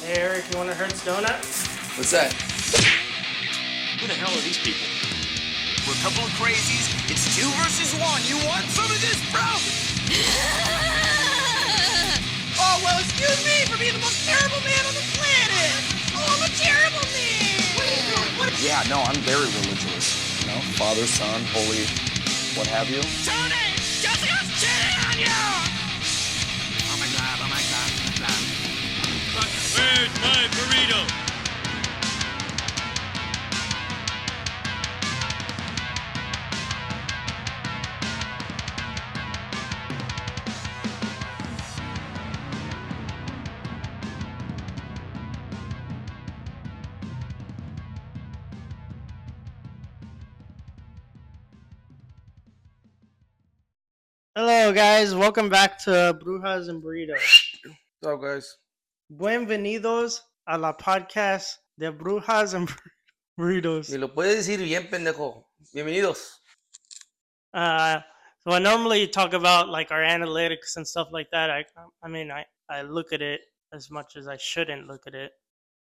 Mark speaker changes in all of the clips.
Speaker 1: Hey, Eric, you want to Hertz Donuts?
Speaker 2: What's that?
Speaker 3: Who the hell are these people?
Speaker 4: We're a couple of crazies. It's two versus one. You want some of this, bro? oh, well, excuse me for being the most terrible man on the planet. Oh, I'm a terrible man. What are you doing? What are you
Speaker 2: Yeah, no, I'm very religious. You know, Father, Son, Holy, what have you.
Speaker 4: Tony, Jessica's cheating on you. Oh, my God. Oh, my God. Oh, my God.
Speaker 3: Where's my burrito?
Speaker 1: Hello, guys. Welcome back to Brujas and Burritos.
Speaker 2: What's up, guys?
Speaker 1: Bienvenidos a la podcast de Brujas and Burritos.
Speaker 5: Me lo puedes decir bien, pendejo. Bienvenidos.
Speaker 1: Uh, so I normally talk about like our analytics and stuff like that. I, I mean, I, I look at it as much as I shouldn't look at it.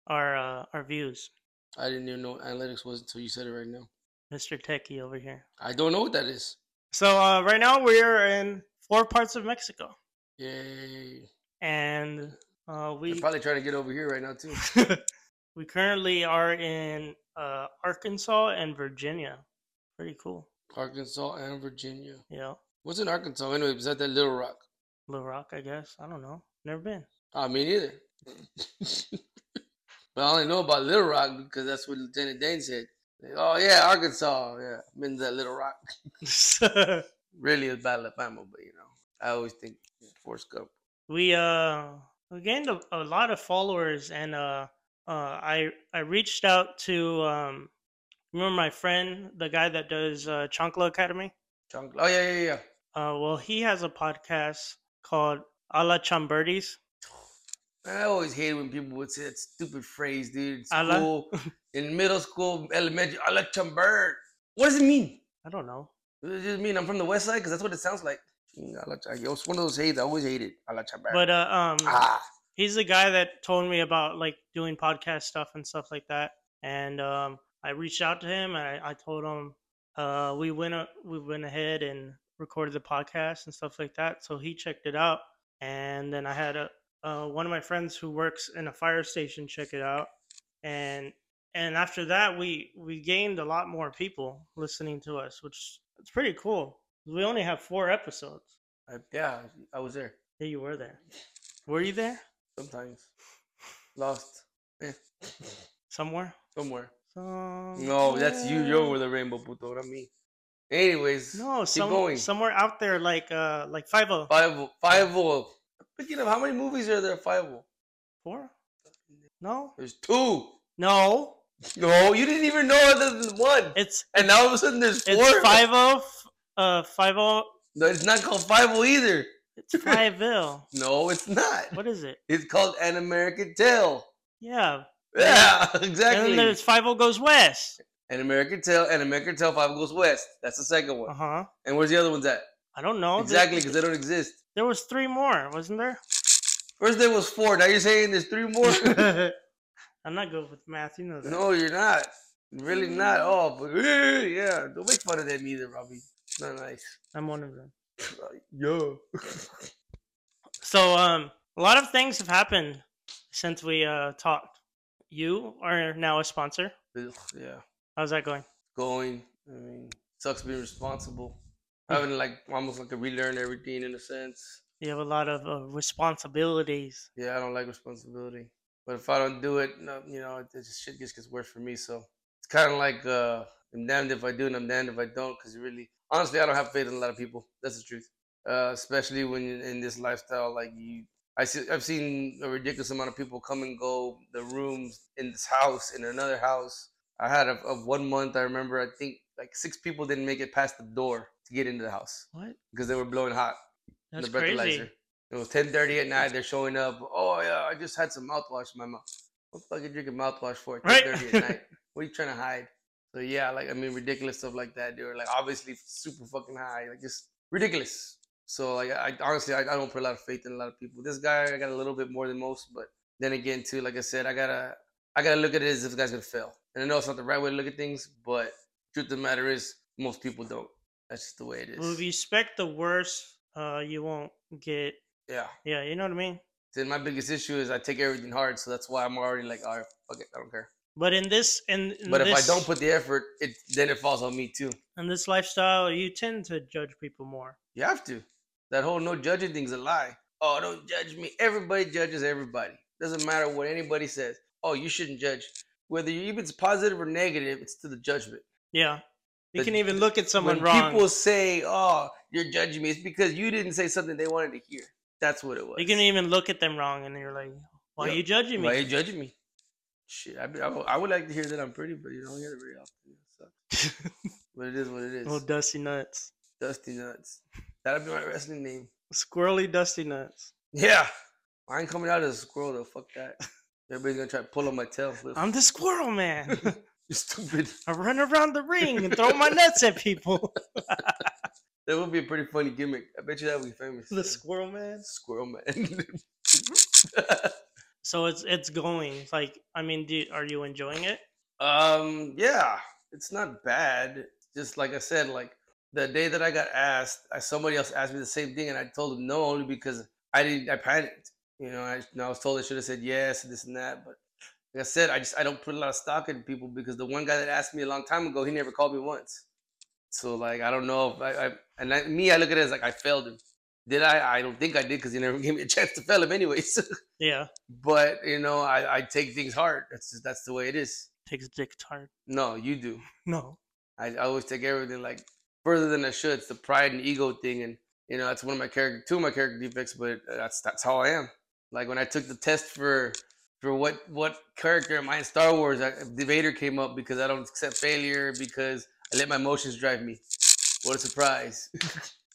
Speaker 1: Our uh, our views,
Speaker 5: I didn't even know what analytics was until you said it right now.
Speaker 1: Mr. Techie over here.
Speaker 5: I don't know what that is.
Speaker 1: So uh, right now we're in four parts of Mexico,
Speaker 5: Yay.
Speaker 1: and uh,
Speaker 5: They're
Speaker 1: we
Speaker 5: probably trying to get over here right now, too.
Speaker 1: we currently are in uh, Arkansas and Virginia. Pretty cool.
Speaker 5: Arkansas and Virginia.
Speaker 1: Yeah,
Speaker 5: What's in Arkansas anyway, besides that Little Rock?
Speaker 1: Little Rock, I guess. I don't know. Never been.
Speaker 5: Ah, me neither. but I only know about Little Rock because that's what Lieutenant Dane said. Like, oh, yeah, Arkansas. Yeah, i that Little Rock. Really, it's Battle of Alabama, but you know, I always think Forrest Gump.
Speaker 1: we uh we gained a, a lot of followers, and uh, uh I I reached out to um remember my friend, the guy that does uh, Chancla Academy.
Speaker 5: Chunk. Oh, yeah, yeah, yeah.
Speaker 1: Uh, well, he has a podcast called A la Chambertis.
Speaker 5: I always hated when people would say that stupid phrase, dude. In
Speaker 1: A la-
Speaker 5: School, in middle school, elementary, a la chambert. What does it mean?
Speaker 1: I don't know.
Speaker 5: What does it just mean I'm from the west side? Because that's what it sounds like. Mm, A la cha- It's one of those hates I always hated. A la chambert.
Speaker 1: But uh, um,
Speaker 5: ah,
Speaker 1: he's the guy that told me about like doing podcast stuff and stuff like that. And um, I reached out to him and I, I told him uh, we went a- we went ahead and recorded the podcast and stuff like that. So he checked it out, and then I had a uh, one of my friends who works in a fire station check it out, and and after that we we gained a lot more people listening to us, which it's pretty cool. We only have four episodes.
Speaker 5: I, yeah, I was there
Speaker 1: Yeah, you were there. Were you there
Speaker 5: sometimes. Lost Eh,
Speaker 1: somewhere?
Speaker 5: somewhere.
Speaker 1: Some...
Speaker 5: No, that's you. You're over the rainbow, puto, not me. Anyways,
Speaker 1: No,
Speaker 5: keep
Speaker 1: some,
Speaker 5: going.
Speaker 1: somewhere out there like uh like five oh
Speaker 5: Five, five. Speaking of, how many movies are there? Five.
Speaker 1: four? No?
Speaker 5: There's two.
Speaker 1: No.
Speaker 5: No, you didn't even know other than one.
Speaker 1: It's
Speaker 5: And now all of a sudden there's four.
Speaker 1: it's five oh uh five oh
Speaker 5: No, it's not called Five O either.
Speaker 1: it's five ill.
Speaker 5: No, it's not.
Speaker 1: What is it?
Speaker 5: It's called An American Tale.
Speaker 1: Yeah.
Speaker 5: Yeah,
Speaker 1: And then
Speaker 5: exactly.
Speaker 1: there's five oh goes west.
Speaker 5: An American Tale, An American Tale Five Goes West. That's the second one.
Speaker 1: Uh huh.
Speaker 5: And where's the other ones at?
Speaker 1: I don't know. There-
Speaker 5: exactly, because they don't exist.
Speaker 1: There was three more, wasn't there?
Speaker 5: First there was four. Now you're saying there's three more?
Speaker 1: I'm not good with math, you know that.
Speaker 5: no, you're not. Really not. Oh, but eh, yeah. Don't make fun of them either, Robbie. It's Not nice.
Speaker 1: I'm one of them.
Speaker 5: Yo.
Speaker 1: So um a lot of things have happened since we uh talked. You are now a sponsor.
Speaker 5: Ugh, yeah.
Speaker 1: How's that going?
Speaker 5: going. I mean, sucks being responsible. Having to, like almost like to relearn everything in a sense.
Speaker 1: You have a lot of uh, responsibilities.
Speaker 5: Yeah, I don't like responsibility, but if I don't do it, no, you know, it, it just shit just gets worse for me. So it's kind of like uh, I'm damned if I do and I'm damned if I don't. Because really, honestly, I don't have faith in a lot of people. That's the truth. Uh, especially when you're in this lifestyle, like you, I see, I've seen a ridiculous amount of people come and go. The rooms in this house, in another house. I had a, a one month. I remember. I think like six people didn't make it past the door to get into the house
Speaker 1: What?
Speaker 5: because they were blowing hot.
Speaker 1: That's
Speaker 5: the breathalyzer.
Speaker 1: crazy.
Speaker 5: It was ten thirty at night. They're showing up. Oh yeah, I just had some mouthwash in my mouth. What the fuck are you drinking mouthwash for at
Speaker 1: Right.
Speaker 5: 10:30 at night? What are you trying to hide? So yeah, like I mean, ridiculous stuff like that, dude. Like obviously super fucking high, like just ridiculous. So like I I- honestly I, I don't put a lot of faith in a lot of people. This guy I got a little bit more than most, but then again too, like I said, I gotta I gotta look at it as if this guy's gonna fail. And I know it's not the right way to look at things, but truth of the matter is most people don't. That's just the way it is.
Speaker 1: Well, if you expect the worst, uh, you won't get.
Speaker 5: Yeah.
Speaker 1: Yeah, you know what I mean.
Speaker 5: Then my biggest issue is I take everything hard, so that's why I'm already like, all right, fuck it, I don't care.
Speaker 1: But in this, in, in
Speaker 5: But if I
Speaker 1: this-
Speaker 5: don't put the effort, it then it falls on me too.
Speaker 1: in this lifestyle, you tend to judge people more.
Speaker 5: You have to. That whole no judging thing's a lie. Oh, don't judge me. Everybody judges everybody. Doesn't matter what anybody says. Oh, you shouldn't judge. Whether you even it's positive or negative, it's to the judgment.
Speaker 1: Yeah, you
Speaker 5: The-
Speaker 1: can even look at someone
Speaker 5: when
Speaker 1: wrong.
Speaker 5: people say, "Oh, you're judging me," it's because you didn't say something they wanted to hear. That's what it was.
Speaker 1: You can even look at them wrong, and you're like, "Why
Speaker 5: Yeah.
Speaker 1: are you judging me?"
Speaker 5: Why you judging me? Shit, I, be, I, would- I would like to hear that I'm pretty, but you don't hear it very often. It sucks. but it is what it is.
Speaker 1: Little dusty nuts,
Speaker 5: Dusty nuts. That'll be my wrestling name.
Speaker 1: squirrely dusty nuts.
Speaker 5: Yeah. I ain't coming out as a squirrel though. Fuck that. Everybody's gonna try to pull on my tail. Flip.
Speaker 1: I'm the squirrel man.
Speaker 5: you stupid.
Speaker 1: I run around the ring and throw my nuts at people.
Speaker 5: That would be a pretty funny gimmick. I bet you that would be famous.
Speaker 1: the squirrel man.
Speaker 5: squirrel man.
Speaker 1: So it's it's going. Like, I mean, do, are you enjoying it?
Speaker 5: um. Yeah. It's not bad. Just like I said, like the day that I got asked, I, somebody else asked me the same thing, and I told them no only because I didn't. I panicked. You know, I, and I was told I should have said yes, this and that. But like I said, I just I don't put a lot of stock in people because the one guy that asked me a long time ago, he never called me once. So like I don't know if I, I and I, me I look at it as like I failed him. Did I? I don't think I did because he never gave me a chance to fail him anyways.
Speaker 1: Yeah,
Speaker 5: but you know I, I take things hard. That's just, that's the way it is.
Speaker 1: takes dick hard.
Speaker 5: No, you do.
Speaker 1: No,
Speaker 5: I, I always take everything like further than I should. It's the pride and ego thing, and you know that's one of my character, two of my character defects. But uh, that's that's how I am. Like when I took the test for for what what character am I in Star Wars, I, the Vader came up because I don't accept failure because I let my emotions drive me. What a surprise!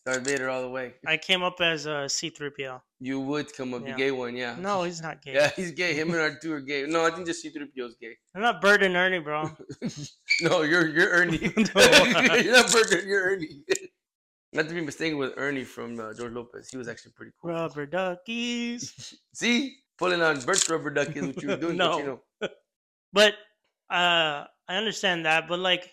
Speaker 5: Darth Vader all the way.
Speaker 1: I came up as a C3PO.
Speaker 5: You would come up,
Speaker 1: Yeah.
Speaker 5: you gay one, yeah.
Speaker 1: No, he's not gay.
Speaker 5: Yeah, he's gay. Him and our two are gay. No, I think just C-3PO is gay.
Speaker 1: I'm not Bird and Ernie, bro.
Speaker 5: No, you're you're Ernie.
Speaker 1: No.
Speaker 5: you're not Burger. You're Ernie. not to be mistaken with Ernie from uh, George Lopez. He was actually pretty cool.
Speaker 1: Rubber duckies.
Speaker 5: See, pulling on Bert's rubber duck is what you were doing.
Speaker 1: No.
Speaker 5: but you know,
Speaker 1: but uh i understand that but like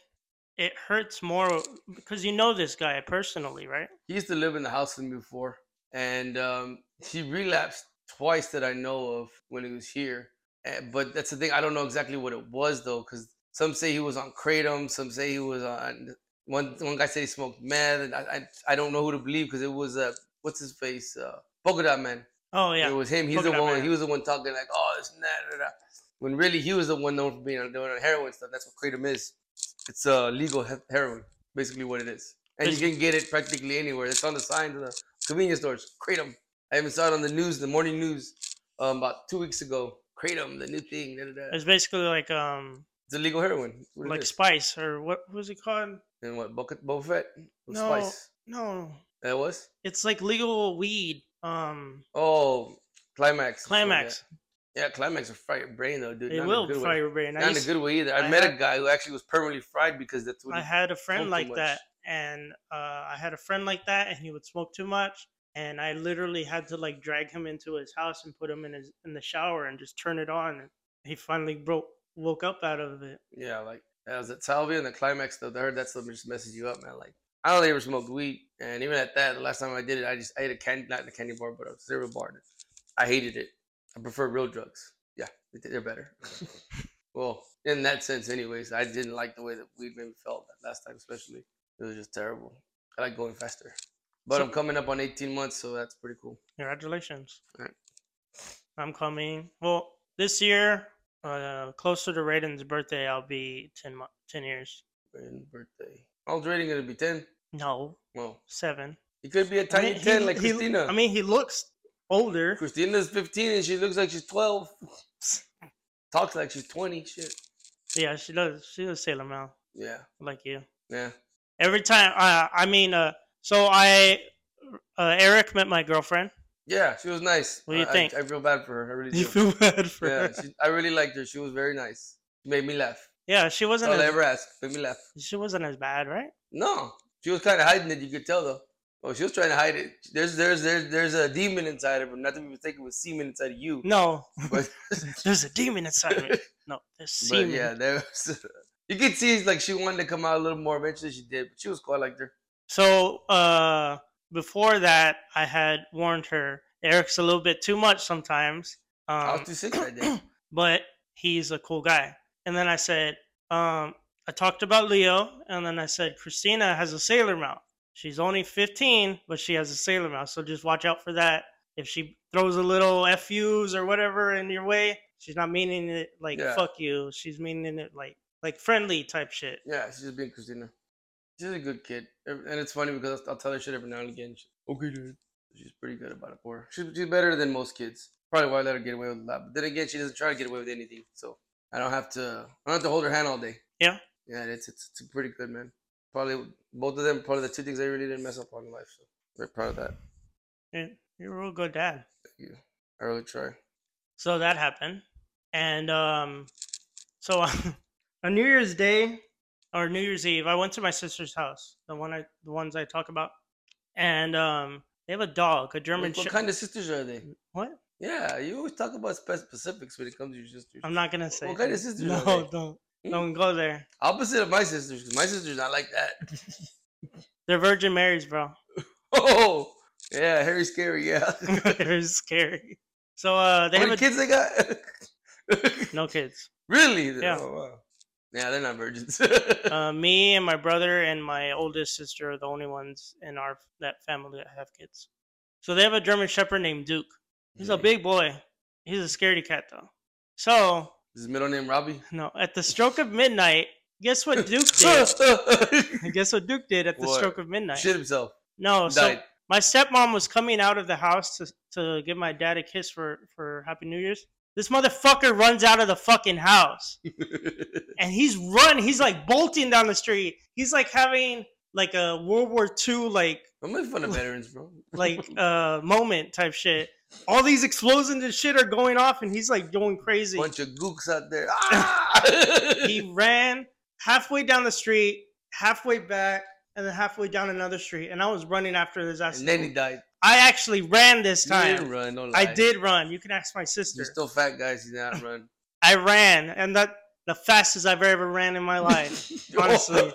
Speaker 1: it hurts more because you know this guy personally right
Speaker 5: he used to live in the house with me before, and um, he relapsed twice that I know of when he was here. Eh, But that's the thing. I don't know exactly what it was though, because some say he was on kratom, some say he was on. One one guy said he smoked meth, and I I, I don't know who to believe because it was uh, what's his face uh, polka dot man.
Speaker 1: oh yeah
Speaker 5: It was him. He's
Speaker 1: Polka
Speaker 5: the
Speaker 1: dot
Speaker 5: one.
Speaker 1: man.
Speaker 5: He was the one talking like, "Oh, this and that." da, da." When really he was the one known for being on, doing on heroin stuff. That's what kratom is. It's uh, legal he- heroin, basically what it is, and you
Speaker 1: Basi-
Speaker 5: can get it practically anywhere. It's on the signs of the convenience stores. Kratom. I even saw it on the news, the morning news, um, about two weeks ago. Kratom, the new thing. Da, da, da.
Speaker 1: it's basically like um
Speaker 5: It's illegal heroin. That's What
Speaker 1: like
Speaker 5: it is.
Speaker 1: spice or what was it called
Speaker 5: and what? Boca, Boba Fett. With
Speaker 1: No.
Speaker 5: Spice.
Speaker 1: no
Speaker 5: That was.
Speaker 1: it's like legal weed um
Speaker 5: Oh, climax. or something like
Speaker 1: climax
Speaker 5: that. Yeah, climax will fry your brain though, dude.
Speaker 1: it
Speaker 5: not in a
Speaker 1: will
Speaker 5: good way.
Speaker 1: fry your brain I,
Speaker 5: Not in a
Speaker 1: used-
Speaker 5: good way either. I,
Speaker 1: I
Speaker 5: met
Speaker 1: had-
Speaker 5: a guy who actually was permanently fried because that's what
Speaker 1: I
Speaker 5: he-
Speaker 1: had a
Speaker 5: smoke
Speaker 1: friend
Speaker 5: too
Speaker 1: like
Speaker 5: much.
Speaker 1: that and uh i had a friend like that and he would smoke too much and i literally had to like drag him into his house and put him in his in the shower and just turn it on and he finally broke woke up out of it
Speaker 5: Yeah, like that was at Salvia and the climax though. I heard that stuff just messes you up, man. Like I don't ever smoked weed, and even at that, the last time I did it, I just I ate a candy, not a candy bar, but a cereal bar. I hated it. I prefer real drugs. Yeah, they- they're better. well, in that sense, anyways, I didn't like the way that weed made me felt that last time, especially. It was just terrible. I like going faster, but
Speaker 1: So-
Speaker 5: I'm coming up on 18 months, so that's pretty cool.
Speaker 1: Congratulations.
Speaker 5: Alright.
Speaker 1: I'm coming. Well, this year, uh, closer to Raiden's birthday, I'll be 10, mo- 10 years.
Speaker 5: And birthday. How's rating gonna be 10?
Speaker 1: No,
Speaker 5: Well,
Speaker 1: seven.
Speaker 5: He could be a
Speaker 1: I
Speaker 5: tiny
Speaker 1: mean, he-
Speaker 5: ten like
Speaker 1: he-
Speaker 5: Christina.
Speaker 1: I mean, he looks older.
Speaker 5: Christina's fifteen and she looks like she's twelve. Talks like she's twenty. Shit.
Speaker 1: Yeah, she does. She does Sailor Mouth
Speaker 5: Yeah.
Speaker 1: like you.
Speaker 5: Yeah.
Speaker 1: Every time, uh, I mean, uh, so I, uh, Eric met my girlfriend.
Speaker 5: Yeah, she was nice.
Speaker 1: What do you
Speaker 5: I- I-
Speaker 1: think?
Speaker 5: I, feel bad for her. I really do.
Speaker 1: You feel bad for
Speaker 5: yeah,
Speaker 1: her.
Speaker 5: she, I really liked her. She was very nice. She made me laugh.
Speaker 1: yeah, she wasn't.
Speaker 5: That's all I
Speaker 1: As,
Speaker 5: ever ask. Made me laugh.
Speaker 1: she wasn't as bad, right?
Speaker 5: No, she was kind of hiding it. You could tell though. Oh, she was trying to hide it. There's, there's, there's, there's a demon inside of her. Not to be mistaken with semen inside of you.
Speaker 1: No,
Speaker 5: But,
Speaker 1: there's a demon inside of me. No, there's
Speaker 5: but
Speaker 1: semen.
Speaker 5: yeah, there was. You could see it's like she wanted to come out a little more. Eventually, she did. But she was cool. I liked her.
Speaker 1: So uh, before that, I had warned her. Eric's a little bit too much sometimes,
Speaker 5: I
Speaker 1: um,
Speaker 5: was too sick that day.
Speaker 1: but he's a cool guy. And then I said, um, I talked about Leo, and then I said Christina has a sailor mouth. She's only 15, but she has a sailor mouth, so just watch out for that. If she throws a little fu's or whatever in your way, she's not meaning it like
Speaker 5: Yeah.
Speaker 1: fuck you. She's meaning it like like friendly type shit.
Speaker 5: Yeah, she's just being Christina. She's a good kid, Ev- and it's funny because I'll tell her shit every now and again. She's, okay, dude. She's pretty good about it. Poor. She's, she's better than most kids. Probably why I let her get away with a lot. But then again, she doesn't try to get away with anything, so I don't have to. I don't have to hold her hand all day.
Speaker 1: Yeah.
Speaker 5: Yeah, it's it's, it's pretty good, man. Probably both of them. Probably the two things I really didn't mess up on in life. So very proud of that.
Speaker 1: You're a real good dad.
Speaker 5: I really try.
Speaker 1: So that happened, and um, so on New Year's Day or New Year's Eve, I went to my sister's house, the one I, the ones I talk about, and um, they have a dog, a German.
Speaker 5: Like, what
Speaker 1: Shep-
Speaker 5: kind of sisters are they?
Speaker 1: What?
Speaker 5: Yeah, you always talk about spe- specifics when it comes to your sisters.
Speaker 1: I'm not gonna say.
Speaker 5: What kind
Speaker 1: it.
Speaker 5: of sisters
Speaker 1: No,
Speaker 5: are they?
Speaker 1: don't
Speaker 5: Hmm?
Speaker 1: don't go there.
Speaker 5: Opposite of my sisters, 'cause my sisters not like that.
Speaker 1: They're Virgin Marys, bro.
Speaker 5: Oh, yeah, Harry Scary, yeah. How
Speaker 1: They're scary. So uh, they
Speaker 5: many
Speaker 1: have a,
Speaker 5: kids they got?
Speaker 1: no kids.
Speaker 5: really?
Speaker 1: Yeah.
Speaker 5: Oh, wow. Yeah, they're not virgins.
Speaker 1: Uh, me and my brother and my oldest sister are the only ones in our that family that have kids. So they have a German Shepherd named Duke. He's a big boy. He's a scaredy cat though. So
Speaker 5: Is his middle name Robbie?
Speaker 1: no, at the stroke of midnight, guess what Duke did?
Speaker 5: Shit
Speaker 1: guess what Duke did at the
Speaker 5: What?
Speaker 1: stroke of midnight?
Speaker 5: himself.
Speaker 1: No, Oh, so
Speaker 5: Died.
Speaker 1: my stepmom was coming out of the house to to give my dad a kiss for for Happy New Year's. This motherfucker runs out of the fucking house. and he's run. He's like bolting down the street. He's like having like a World War II like
Speaker 5: Don't make fun of veterans, bro.
Speaker 1: like uh moment type shit. All these explosions and shit are going off, and he's like going crazy.
Speaker 5: Bunch of gooks out there. Ah!
Speaker 1: He ran halfway down the street, halfway back, and then halfway down another street, and I was running after his ass.
Speaker 5: and then he died.
Speaker 1: I actually ran this
Speaker 5: You didn't
Speaker 1: time.
Speaker 5: run, don't
Speaker 1: I
Speaker 5: lie.
Speaker 1: did run. You can ask my sister.
Speaker 5: You're still fat, guys. You did not run.
Speaker 1: I ran, and that the fastest I've ever ran in my life. Honestly.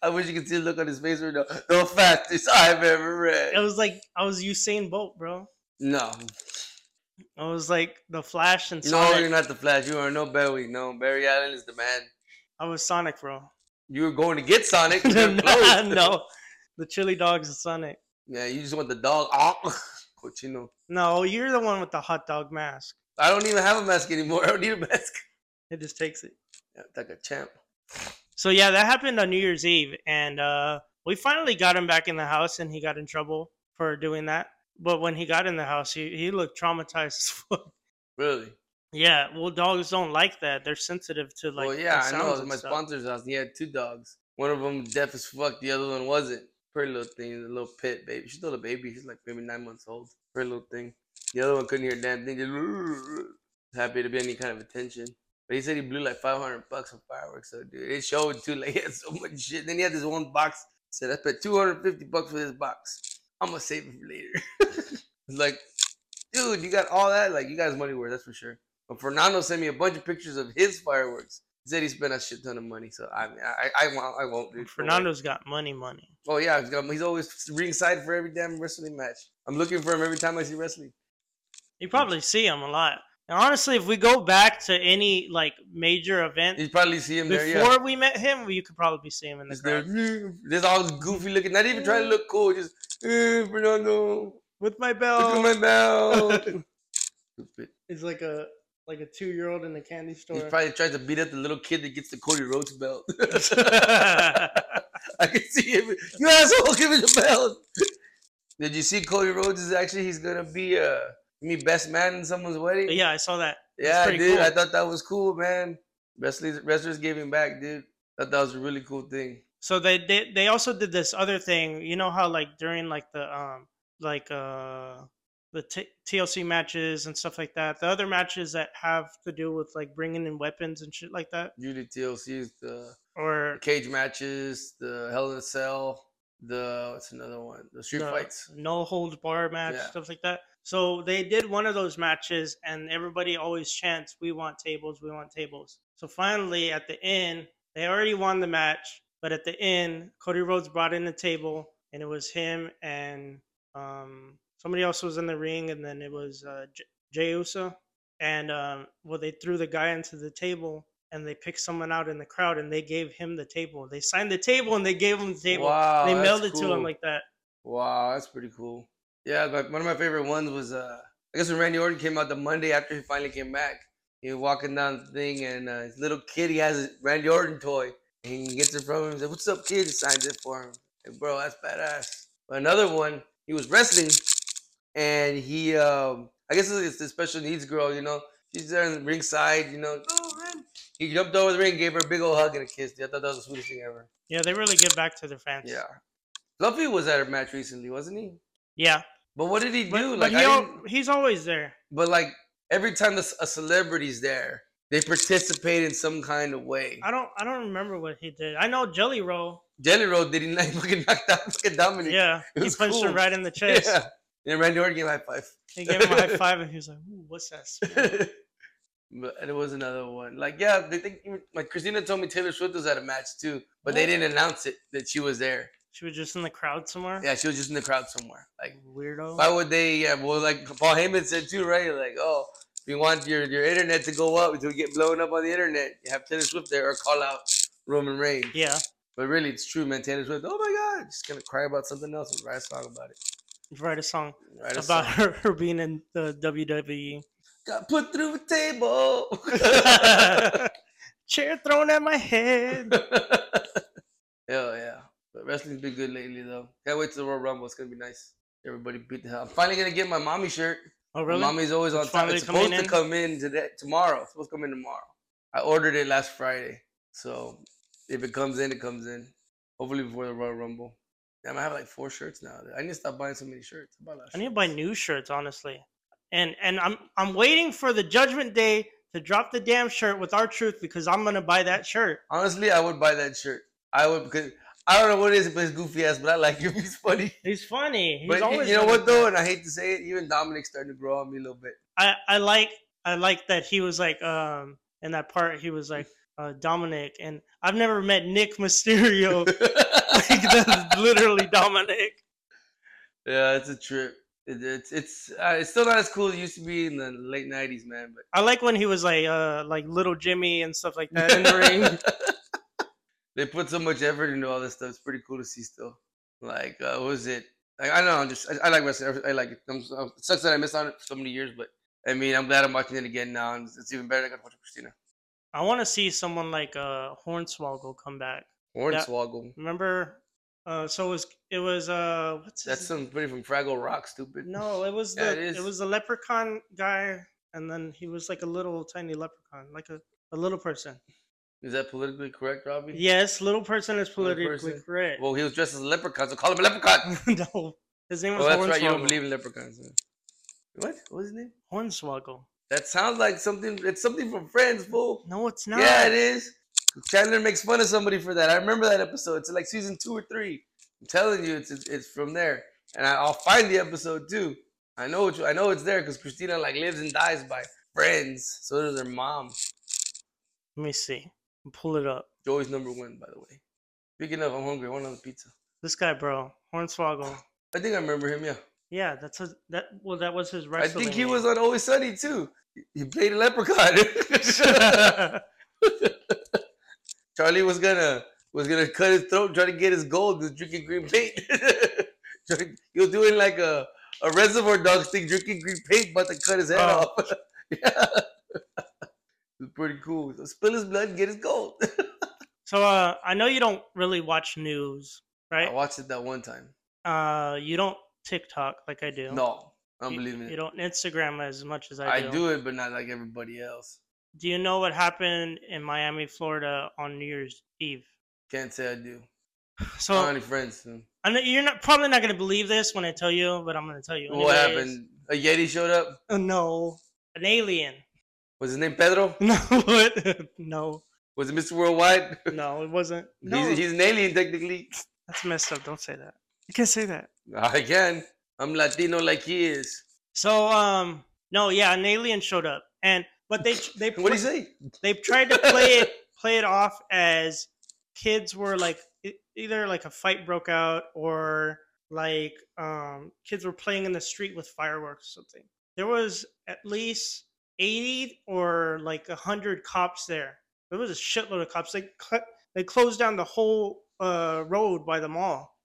Speaker 5: I wish you could see the look on his face right now. The fastest I've ever read.
Speaker 1: it was like I was Usain Bolt, bro.
Speaker 5: No,
Speaker 1: It was like the Flash and
Speaker 5: no,
Speaker 1: Sonic.
Speaker 5: you're not the Flash. You are no Barry. No, Barry Allen is the man.
Speaker 1: I was Sonic, bro.
Speaker 5: You were going to get Sonic. but
Speaker 1: no,
Speaker 5: you're close.
Speaker 1: no. the chili dogs and Sonic.
Speaker 5: Yeah, you just want the dog. Ah, Cochino.
Speaker 1: No, you're the one with the hot dog mask.
Speaker 5: I don't even have a mask anymore. I don't need a mask.
Speaker 1: It just takes it.
Speaker 5: Yeah, like a champ.
Speaker 1: So yeah, that happened on New Year's Eve, and uh, we finally got him back in the house, and he got in trouble for doing that. But when he got in the house, he, he looked traumatized as fuck.
Speaker 5: Really?
Speaker 1: Yeah, well, dogs don't like that. They're sensitive to like.
Speaker 5: well,
Speaker 1: the
Speaker 5: yeah, I know.
Speaker 1: sounds
Speaker 5: It was
Speaker 1: and
Speaker 5: my
Speaker 1: stuff.
Speaker 5: sponsor's house. He had two dogs. One of them deaf as fuck. The other one wasn't. Pretty little thing. A little pit baby. She's still a baby. She's like maybe nine months old. Pretty little thing. The other one couldn't hear a damn thing. Just happy to be any kind of attention. But he said he blew like 500 bucks on fireworks. So, dude, it showed too. Like, he had so much shit. Then he had this one box. Said, I spent 250 bucks for this box. I'm going to save it for later. It's like, dude, you got all that? Like, you guys money worth, that's for sure. But Fernando sent me a bunch of pictures of his fireworks. He said he spent a shit ton of money. So, I mean, I, I, I, won't, I won't, dude. Don't worry.
Speaker 1: Fernando's got money, money.
Speaker 5: Oh, yeah. He's, got, he's always ringside for every damn wrestling match. I'm looking for him every time I see wrestling.
Speaker 1: You probably see him a lot. And honestly, if we go back to any like major event
Speaker 5: You probably see him
Speaker 1: before
Speaker 5: there, yeah.
Speaker 1: we met him, you could probably see him in the
Speaker 5: He's there.
Speaker 1: crowd
Speaker 5: This all goofy looking, not even trying to look cool. Just, eh, Fernando,
Speaker 1: with my
Speaker 5: look
Speaker 1: belt.
Speaker 5: at my belt. Stupid.
Speaker 1: He's like a like a two year old in a candy
Speaker 5: He
Speaker 1: store.
Speaker 5: probably tries to beat up the little kid that gets the Cody Rhodes belt. I can see him. You asshole, give me the belt. Did you see Cody Rhodes is actually he's gonna be uh me best man in someone's wedding?
Speaker 1: yeah, I saw that.
Speaker 5: yeah,
Speaker 1: pretty
Speaker 5: dude. I
Speaker 1: cool.
Speaker 5: thought that was cool, man. Wrestlers, wrestlers giving back, dude. Thought that was a really cool thing.
Speaker 1: So they did. They also did this other thing. You know how like during like the um like uh the t- TLC matches and stuff like that. The other matches that have to do with like bringing in weapons and shit like that,
Speaker 5: Usually TLC's the
Speaker 1: or
Speaker 5: cage matches, the Hell in a Cell, the what's another one? The street
Speaker 1: the
Speaker 5: fights.
Speaker 1: no holds bar match,
Speaker 5: Yeah.
Speaker 1: stuff like that. So they did one of those matches, and everybody always chants, "We want tables, we want tables." So finally, at the end, they already won the match, but at the end, Cody Rhodes brought in the table, and it was him and um, somebody else was in the ring, and then it was uh, J- Jey Uso, and um, well, they threw the guy into the table. And they picked someone out in the crowd, and they gave him the table. They signed the table, and they gave him the table.
Speaker 5: Wow,
Speaker 1: they
Speaker 5: that's
Speaker 1: mailed it to
Speaker 5: cool.
Speaker 1: him like that.
Speaker 5: Wow, that's pretty cool. Yeah, like one of my favorite ones was uh, I guess when Randy Orton came out the Monday after he finally came back. He was walking down the thing, and uh, his little kid he has a Randy Orton toy, and he gets it from him. He's like, "What's up, kid?" He signs it for him. Like, bro, that's badass. But another one, he was wrestling, and he, um, I guess it's it's the special needs girl. You know, she's there in the ringside. You know, oh man. He jumped over the ring, gave her a big old hug and a kiss. I thought that was the sweetest thing ever.
Speaker 1: Yeah, they really give back to their fans.
Speaker 5: Yeah, Luffy was at a match recently, wasn't he?
Speaker 1: yeah.
Speaker 5: But what did he do?
Speaker 1: But,
Speaker 5: like,
Speaker 1: but
Speaker 5: I
Speaker 1: he al-
Speaker 5: didn't-
Speaker 1: he's always there.
Speaker 5: but like every time the, a celebrity's there, they participate in some kind of way.
Speaker 1: I don't I don't remember what he did. I know Jelly Roll.
Speaker 5: Jelly Roll did he not fucking knocked out fucking Dominic?
Speaker 1: Yeah,
Speaker 5: it
Speaker 1: he
Speaker 5: was
Speaker 1: punched him
Speaker 5: cool.
Speaker 1: right in the chest.
Speaker 5: yeah. And Randy Orton gave him a high five.
Speaker 1: He gave him a high five, and he was like, Ooh, "What's that?" smell?"
Speaker 5: but and it was another one. Like yeah, they think even- like Christina told me Taylor Swift was at a match too, but they didn't announce it that she was there.
Speaker 1: She was just in the crowd somewhere.
Speaker 5: Yeah, she was just in the crowd somewhere. Like
Speaker 1: Weirdo.
Speaker 5: Why would they? Yeah, well, like Paul Heyman said too, right? Like, oh, if you want your, your internet to go up, to get blown up on the internet, you have Taylor Swift there or call out Roman Reigns.
Speaker 1: yeah,
Speaker 5: But really, it's true, man. Taylor Swift, oh my God, just gonna cry about something else and write a song about it.
Speaker 1: write a song
Speaker 5: Write a
Speaker 1: about
Speaker 5: song.
Speaker 1: Her, her being in the E. WWE.
Speaker 5: Got put through a table.
Speaker 1: Chair thrown at my head.
Speaker 5: Hell yeah. But wrestling's been good lately, though. Can't wait to the Royal Rumble. It's gonna be nice. Everybody beat the hell. I'm finally gonna get my mommy shirt.
Speaker 1: Oh
Speaker 5: My
Speaker 1: really?
Speaker 5: Mommy's always on
Speaker 1: It's
Speaker 5: time.
Speaker 1: finally
Speaker 5: It's supposed
Speaker 1: coming
Speaker 5: to
Speaker 1: in?
Speaker 5: come in today, tomorrow. It's supposed to come in tomorrow. I ordered it last Friday, so if it comes in, it comes in. Hopefully before the Royal Rumble. Damn, I have like four shirts now. I need to stop buying so many shirts. I, bought a lot of
Speaker 1: I need to
Speaker 5: shirts.
Speaker 1: buy new shirts, honestly. And and I'm I'm waiting for the Judgment Day to drop the damn shirt with our truth because I'm gonna buy that shirt.
Speaker 5: Honestly, I would buy that shirt. I would because I don't know what it is, but it's goofy ass. But I like him. He's funny.
Speaker 1: He's funny. He's
Speaker 5: but you-
Speaker 1: always
Speaker 5: you know
Speaker 1: been
Speaker 5: what
Speaker 1: like that.
Speaker 5: though, and I hate to say it, even Dominic's starting to grow on me a little bit.
Speaker 1: I I like I like that he was like um in that part he was like uh, Dominic and I've never met Nick Mysterio. like that's literally Dominic.
Speaker 5: yeah, it's a trip. It, it's it's uh, it's still not as cool as it used to be in the late '90s, man. But
Speaker 1: I like when he was like uh like little Jimmy and stuff like that in the ring.
Speaker 5: they put so much effort into all this stuff. It's pretty cool to see still. Like, uh, what was it? Like, I don't know. I'm just I, I like wrestling. I like it. I'm, I'm, it sucks that I missed on it for so many years, but I mean, I'm glad I'm watching it again now, and it's, it's even better. than I got to watch it with Christina
Speaker 1: I want to see someone like uh Hornswoggle come back.
Speaker 5: Hornswoggle.
Speaker 1: Remember? Uh, so it was it was uh what's his
Speaker 5: That's somebody from Fraggle Rock, stupid.
Speaker 1: No, it was the
Speaker 5: Yeah, it
Speaker 1: it,
Speaker 5: is.
Speaker 1: was the leprechaun guy, and then he was like a little tiny leprechaun, like a, a little person.
Speaker 5: Is that politically correct, Robbie?
Speaker 1: Yes, little person is
Speaker 5: Little
Speaker 1: politically
Speaker 5: person.
Speaker 1: correct.
Speaker 5: Well, he was dressed as a leprechaun, so call him a leprechaun.
Speaker 1: no, his name was
Speaker 5: Oh, that's
Speaker 1: Hornswoggle.
Speaker 5: right. You don't believe in leprechauns. huh? What? What was his name?
Speaker 1: Hornswoggle.
Speaker 5: That sounds like something. It's something from Friends, fool.
Speaker 1: No, it's not.
Speaker 5: Yeah, it is. Chandler makes fun of somebody for that. I remember that episode. It's like season two or three. I'm telling you, it's it's, it's from there, and I, I'll find the episode too. I know it's, I know it's there because Christina like lives and dies by friends. So does her mom.
Speaker 1: Let me see. Pull it up.
Speaker 5: Joey's number one, by the way. Speaking of, I'm hungry. I want another pizza.
Speaker 1: This guy, bro, Hornswoggle.
Speaker 5: I think I remember him. Yeah,
Speaker 1: Yeah, that's his, that. Well, that was his
Speaker 5: I
Speaker 1: wrestling.
Speaker 5: think he
Speaker 1: name.
Speaker 5: was on Always Sunny too. He- He played a leprechaun. Charlie was gonna was gonna cut his throat, try to get his gold. He was drinking green paint. Try- he was doing like a, a reservoir dog thing, drinking green paint, about to cut his head
Speaker 1: Oh.
Speaker 5: off. yeah. It's pretty cool. So spill his blood and get his gold.
Speaker 1: So uh, I know you don't really watch news,
Speaker 5: I
Speaker 1: right?
Speaker 5: watched it that one time.
Speaker 1: Uh, you don't TikTok like I do.
Speaker 5: No, I'm
Speaker 1: You-
Speaker 5: believing
Speaker 1: You
Speaker 5: it.
Speaker 1: don't Instagram as much as I
Speaker 5: I
Speaker 1: do.
Speaker 5: do it, but not like everybody else.
Speaker 1: Do you know what happened in Miami, Florida on New Year's Eve?
Speaker 5: Can't say I do.
Speaker 1: So
Speaker 5: I don't have any friends. so-
Speaker 1: I know you're not probably not gonna believe this when I tell you, but I'm gonna tell you.
Speaker 5: What
Speaker 1: anyways.
Speaker 5: happened? A Yeti showed up.
Speaker 1: Uh, no, an alien.
Speaker 5: Was his name Pedro?
Speaker 1: No, what? no,
Speaker 5: Was it Mr. Worldwide?
Speaker 1: no, it wasn't. No,
Speaker 5: He's, he's an alien technically.
Speaker 1: that's messed up. Don't say that. You can't say that.
Speaker 5: I can. I'm Latino like he is.
Speaker 1: So, um, no, yeah, an alien showed up, and but they they
Speaker 5: What do you
Speaker 1: pla-
Speaker 5: say?
Speaker 1: they tried to play it play it off as kids were like e- either like a fight broke out or like um kids were playing in the street with fireworks or something there was at least 80 or like 100 cops there there was a shitload of cops they cut they closed down the whole uh road by the mall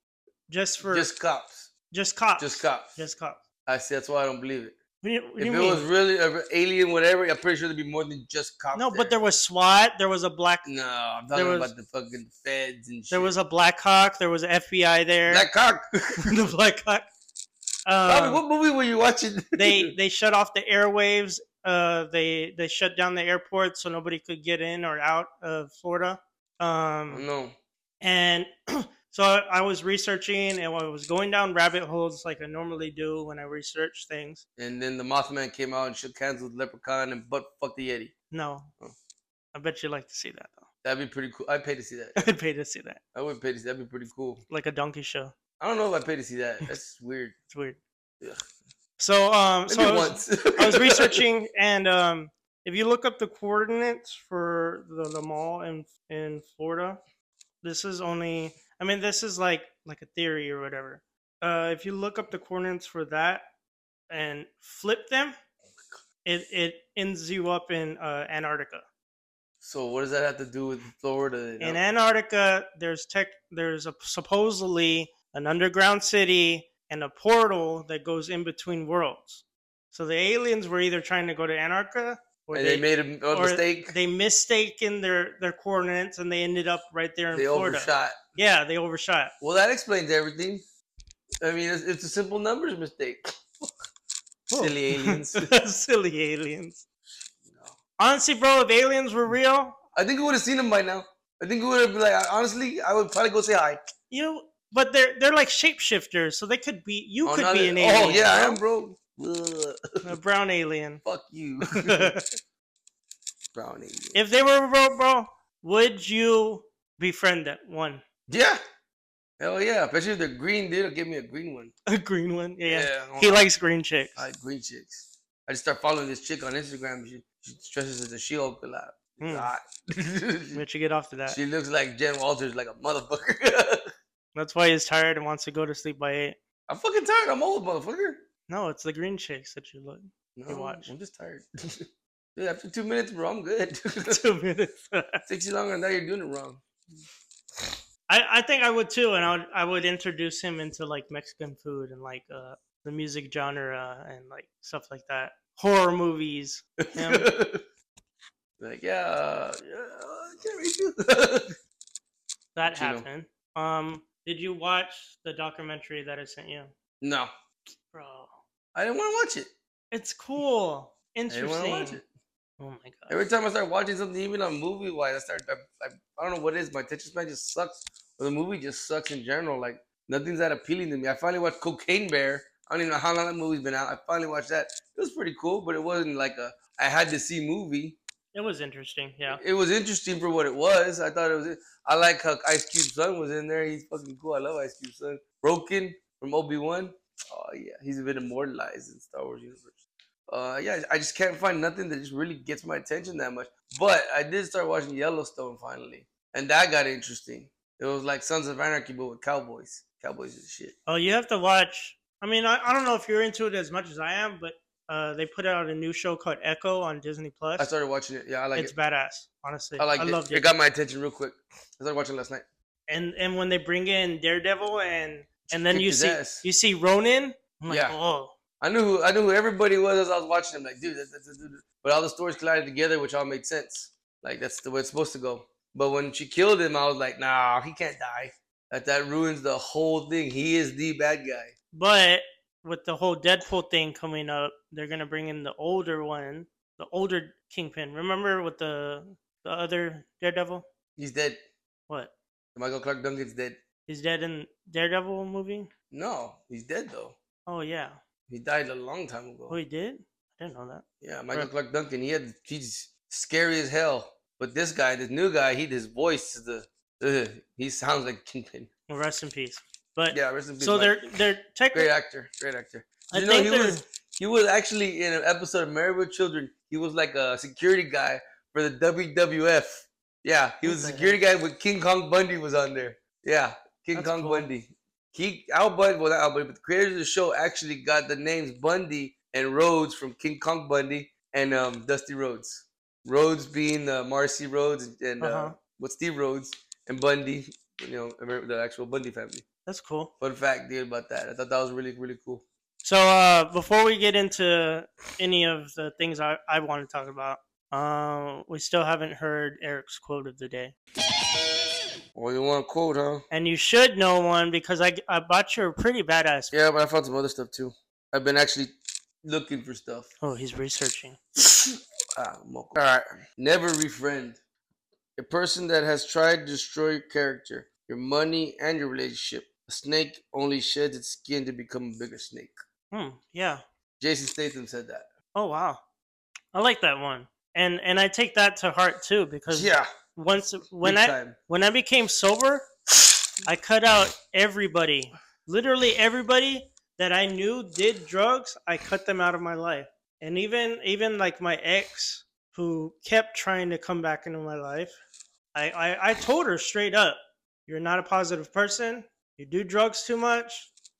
Speaker 1: just for just,
Speaker 5: Just cops.
Speaker 1: cops
Speaker 5: Just cops.
Speaker 1: just cops
Speaker 5: I see. That's why I don't believe it.
Speaker 1: what do you, what do
Speaker 5: if
Speaker 1: you
Speaker 5: it
Speaker 1: mean?
Speaker 5: was really a re- alien, whatever, I'm pretty sure there'd be more than just cops.
Speaker 1: no but there was swat there was a black
Speaker 5: No, I'm
Speaker 1: there
Speaker 5: talking
Speaker 1: was-
Speaker 5: about the fucking feds and shit.
Speaker 1: there was a black hawk there was fbi there
Speaker 5: Black Cock.
Speaker 1: the Black Hawk.
Speaker 5: Bobby,
Speaker 1: Um,
Speaker 5: what movie were you watching?
Speaker 1: they they shut off the airwaves. Uh, they they shut down the airport so nobody could get in or out of Florida. Um,
Speaker 5: no.
Speaker 1: and so I, I was researching and I was going down rabbit holes like I normally do when I research things.
Speaker 5: And then the Mothman came out and shook hands with Leprechaun and butt fucked the Yeti.
Speaker 1: No, I bet you'd like to see that though.
Speaker 5: That'd be pretty cool. I'd pay to see that.
Speaker 1: I'd pay to see that,
Speaker 5: I would pay to see. That'd be pretty cool.
Speaker 1: like a donkey show.
Speaker 5: I don't know if I'd pay to see that. That's weird.
Speaker 1: It's weird.
Speaker 5: Ugh.
Speaker 1: So um,
Speaker 5: Maybe
Speaker 1: so I was-
Speaker 5: once.
Speaker 1: I was researching, and um, if you look up the coordinates for the, the mall in in Florida, this is only. I mean, this is like like a theory or whatever. Uh, if you look up the coordinates for that and flip them, it it ends you up in uh, Antarctica.
Speaker 5: so what does that have to do with Florida? you know?
Speaker 1: In Antarctica, there's tech. There's a, supposedly an underground city and a portal that goes in between worlds. So the aliens were either trying to go to Antarctica, or
Speaker 5: and
Speaker 1: they,
Speaker 5: they, made a, a
Speaker 1: or
Speaker 5: mistake. They,
Speaker 1: they mistaken their their coordinates and they ended up right there in Florida.
Speaker 5: overshot.
Speaker 1: Yeah, they overshot.
Speaker 5: Well, that explains everything. I mean, it's, it's a simple numbers mistake. Silly aliens.
Speaker 1: Silly aliens. Honestly, bro, if aliens were real,
Speaker 5: I think we would have seen them by now. I think we would have been like, honestly, I would probably go say hi.
Speaker 1: you know, but they're they're like shapeshifters, so they could be you
Speaker 5: Oh,
Speaker 1: could
Speaker 5: now
Speaker 1: be
Speaker 5: that-
Speaker 1: an alien.
Speaker 5: Oh, yeah, I am, bro. Ugh,
Speaker 1: a brown alien.
Speaker 5: fuck you.
Speaker 1: if
Speaker 5: Brown alien.
Speaker 1: they were real, bro, would you befriend that one?
Speaker 5: Yeah. Hell yeah. Especially if they're green, dude. Give me a green one.
Speaker 1: A green one? Yeah.
Speaker 5: Yeah.
Speaker 1: He likes green chicks.
Speaker 5: I like green chicks. I just start following this chick on Instagram. She, she dresses as a she Hulk a lot. It's
Speaker 1: Hmm.
Speaker 5: hot.
Speaker 1: Let you get off to that.
Speaker 5: she looks like Jen Walters, like a motherfucker.
Speaker 1: That's why he's tired and wants to go to sleep by eight.
Speaker 5: I'm fucking tired. I'm old, motherfucker.
Speaker 1: No, it's the green chicks that you look.
Speaker 5: No,
Speaker 1: watch.
Speaker 5: I'm just tired. Dude, after two minutes, bro, I'm good.
Speaker 1: Two minutes. I,
Speaker 5: Takes you longer, now you're doing it wrong.
Speaker 1: I think I would too, and I would I would introduce him into like Mexican food and like uh the music genre and like stuff like that. Horror movies. Him.
Speaker 5: like, yeah, uh, yeah, I can't read you.
Speaker 1: that
Speaker 5: Chino.
Speaker 1: happened. Um did you watch the documentary that I sent you?
Speaker 5: no,
Speaker 1: Bro.
Speaker 5: I didn't want to watch it.
Speaker 1: It's cool.
Speaker 5: I didn't want to watch
Speaker 1: Interesting.
Speaker 5: it.
Speaker 1: Oh my god.
Speaker 5: Every time I start watching something, even on movie wise, I start. I, I, I don't know what it is. My attention span just sucks. Or the movie just sucks in general. Like nothing's that appealing to me. I finally watched Cocaine Bear. I don't even know how long that movie's been out. I finally watched that. It was pretty cool, but it wasn't like a I had to see movie.
Speaker 1: It was interesting, yeah.
Speaker 5: It was interesting for what it was. I thought it was. I like how Ice Cube's son was in there. He's fucking cool. I love Ice Cube's son. Broken from Obi Wan. Oh yeah, he's been immortalized in Star Wars universe. Uh, yeah, I just can't find nothing that just really gets my attention that much. But I did start watching Yellowstone finally, and that got interesting. It was like Sons of Anarchy, but with cowboys. Cowboys is shit.
Speaker 1: Oh, you have to watch. I mean, I, I don't know if you're into it as much as I am, but uh, they put out a new show called Echo on Disney Plus.
Speaker 5: I started watching it. Yeah, I like
Speaker 1: it's
Speaker 5: it.
Speaker 1: badass, honestly.
Speaker 5: I like it.
Speaker 1: loved it.
Speaker 5: It got my attention real quick. I started watching it last night.
Speaker 1: and and when they bring in Daredevil and and then
Speaker 5: Kicked
Speaker 1: you
Speaker 5: his
Speaker 1: see
Speaker 5: ass.
Speaker 1: you see Ronan, I'm like,
Speaker 5: Yeah.
Speaker 1: oh,
Speaker 5: I knew who, I knew who everybody was as I was watching them. Like, dude, that's, that's, that's- but all the stories collided together, which all made sense. Like that's the way it's supposed to go. But when she killed him, I was like, nah, he can't die. That that ruins the whole thing. He is the bad guy.
Speaker 1: but with the whole Deadpool thing coming up, they're gonna bring in the older one, the older Kingpin. Remember with the the other Daredevil?
Speaker 5: He's dead.
Speaker 1: What?
Speaker 5: Michael Clark Duncan's dead.
Speaker 1: He's dead in Daredevil movie?
Speaker 5: No, he's dead though.
Speaker 1: Oh yeah,
Speaker 5: He died a long time ago.
Speaker 1: Oh, he did? I didn't know that.
Speaker 5: Yeah, Michael
Speaker 1: Right.
Speaker 5: Clark Duncan. He had he's scary as hell. But this guy, this new guy, he his voice is the ugh, he sounds like Kingpin.
Speaker 1: Well, rest in peace. But
Speaker 5: Yeah, rest in peace,
Speaker 1: so
Speaker 5: Mike.
Speaker 1: they're they're
Speaker 5: great
Speaker 1: technically.
Speaker 5: actor, great actor.
Speaker 1: I
Speaker 5: you know,
Speaker 1: think
Speaker 5: he
Speaker 1: they're
Speaker 5: was he was actually in an episode of Married with Children. He was like a security guy for the WWF. Yeah, he
Speaker 1: What
Speaker 5: was a
Speaker 1: the
Speaker 5: security guy with King Kong Bundy was on there. Yeah, King
Speaker 1: That's
Speaker 5: Kong
Speaker 1: cool.
Speaker 5: Bundy. He Al Bundy, well not Al Bundy, but the creators of the show actually got the names Bundy and Rhodes from King Kong Bundy and um, Dusty Rhodes. Rhodes being uh, Marcy Rhodes and, and uh
Speaker 1: Uh-huh.
Speaker 5: with Steve Rhodes and Bundy, you know, Amer- the actual Bundy family.
Speaker 1: that's cool.
Speaker 5: Fun fact, dude, about that. I thought that was really, really cool.
Speaker 1: So uh, before we get into any of the things I, I want to talk about, uh, we still haven't heard Eric's quote of the day,
Speaker 5: Well, you want a quote, huh?
Speaker 1: and you should know one because I I bought you a pretty badass.
Speaker 5: Yeah, but I found some other stuff too. I've been actually looking for stuff.
Speaker 1: Oh, he's researching.
Speaker 5: Ah, All right. Never refriend. A person that has tried to destroy your character, your money, and your relationship. A snake only sheds its skin to become a bigger snake.
Speaker 1: Hmm. Yeah.
Speaker 5: Jason Statham said that.
Speaker 1: Oh wow. I like that one, and and I take that to heart too because
Speaker 5: Yeah.
Speaker 1: once when
Speaker 5: big
Speaker 1: I
Speaker 5: time.
Speaker 1: when I became sober, I cut out everybody, literally everybody that I knew did drugs. I cut them out of my life, and even even like my ex who kept trying to come back into my life. I I, I told her straight up, "You're not a positive person. You do drugs too much.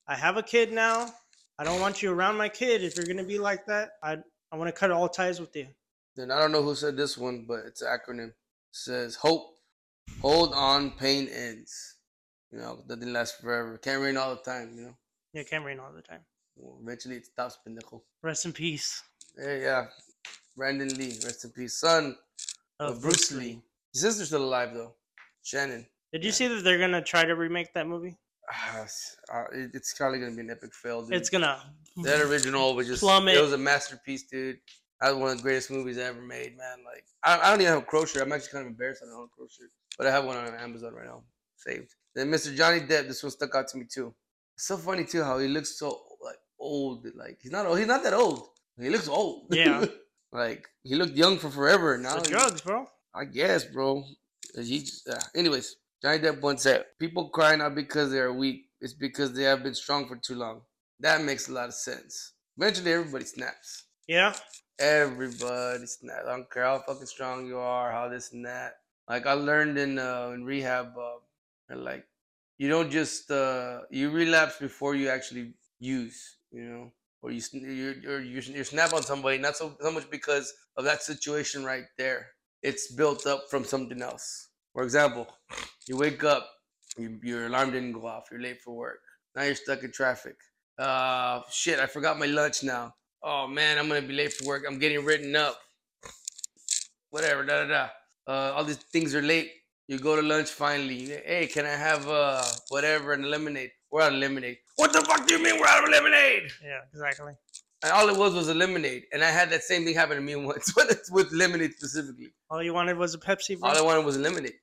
Speaker 1: I have a kid now. I don't want you around my kid if you're gonna be like that. I I want to cut all ties with you."
Speaker 5: Then I don't know who said this one, but it's an acronym. It says hope, hold on, pain ends. You know, nothing lasts forever. Can't rain all the time. You know,
Speaker 1: Yeah, can't rain all the time.
Speaker 5: Well, eventually it stops, pendejo.
Speaker 1: Rest in peace.
Speaker 5: Yeah, yeah. Brandon Lee, rest in peace. Son of Bruce Lee. His sister's still alive though. Shannon.
Speaker 1: Did you see that they're gonna try to remake that movie?
Speaker 5: Ah, it's- ah, it- it's probably gonna be an epic fail, dude.
Speaker 1: It's gonna.
Speaker 5: that original was just
Speaker 1: plummet.
Speaker 5: it was a masterpiece, dude. That was one of the greatest movies I ever made, man. Like I, I don't even have a crow shirt. I'm actually kind of embarrassed I don't have a crow shirt, but I have one on Amazon right now, saved. Then Mr. Johnny Depp, this one stuck out to me too. It's so funny too how he looks so like old. Like he's not old. He's not that old. He looks old.
Speaker 1: Yeah.
Speaker 5: like he looked young for forever. Now
Speaker 1: The
Speaker 5: he-
Speaker 1: drugs, bro.
Speaker 5: I guess, bro. He, just- ah. anyways, Johnny Depp once said, "People cry not because they are weak; it's because they have been strong for too long." That makes a lot of sense. Eventually, everybody snaps.
Speaker 1: Yeah.
Speaker 5: Everybody snaps. I don't care how fucking strong you are, how this and that. Like I learned in uh, in rehab, uh, that, like you don't just uh, you relapse before you actually use, you know, or you sn- you're, you're, you sn- you snap on somebody not so, so much because of that situation right there. It's built up from something else. For example, you wake up, you, your alarm didn't go off, you're late for work. Now you're stuck in traffic. Uh, shit, I forgot my lunch now. Oh man, I'm gonna be late for work. I'm getting written up. Whatever, da da da. Uh, all these things are late. You go to lunch finally. You- Hey, can I have uh whatever and lemonade? We're out of lemonade. What the fuck do you mean we're out of lemonade?
Speaker 1: Yeah. Exactly.
Speaker 5: And all it was was a lemonade. And I had that same thing happen to me once with- with lemonade specifically.
Speaker 1: All you wanted was a Pepsi, bro.
Speaker 5: All I wanted was a lemonade.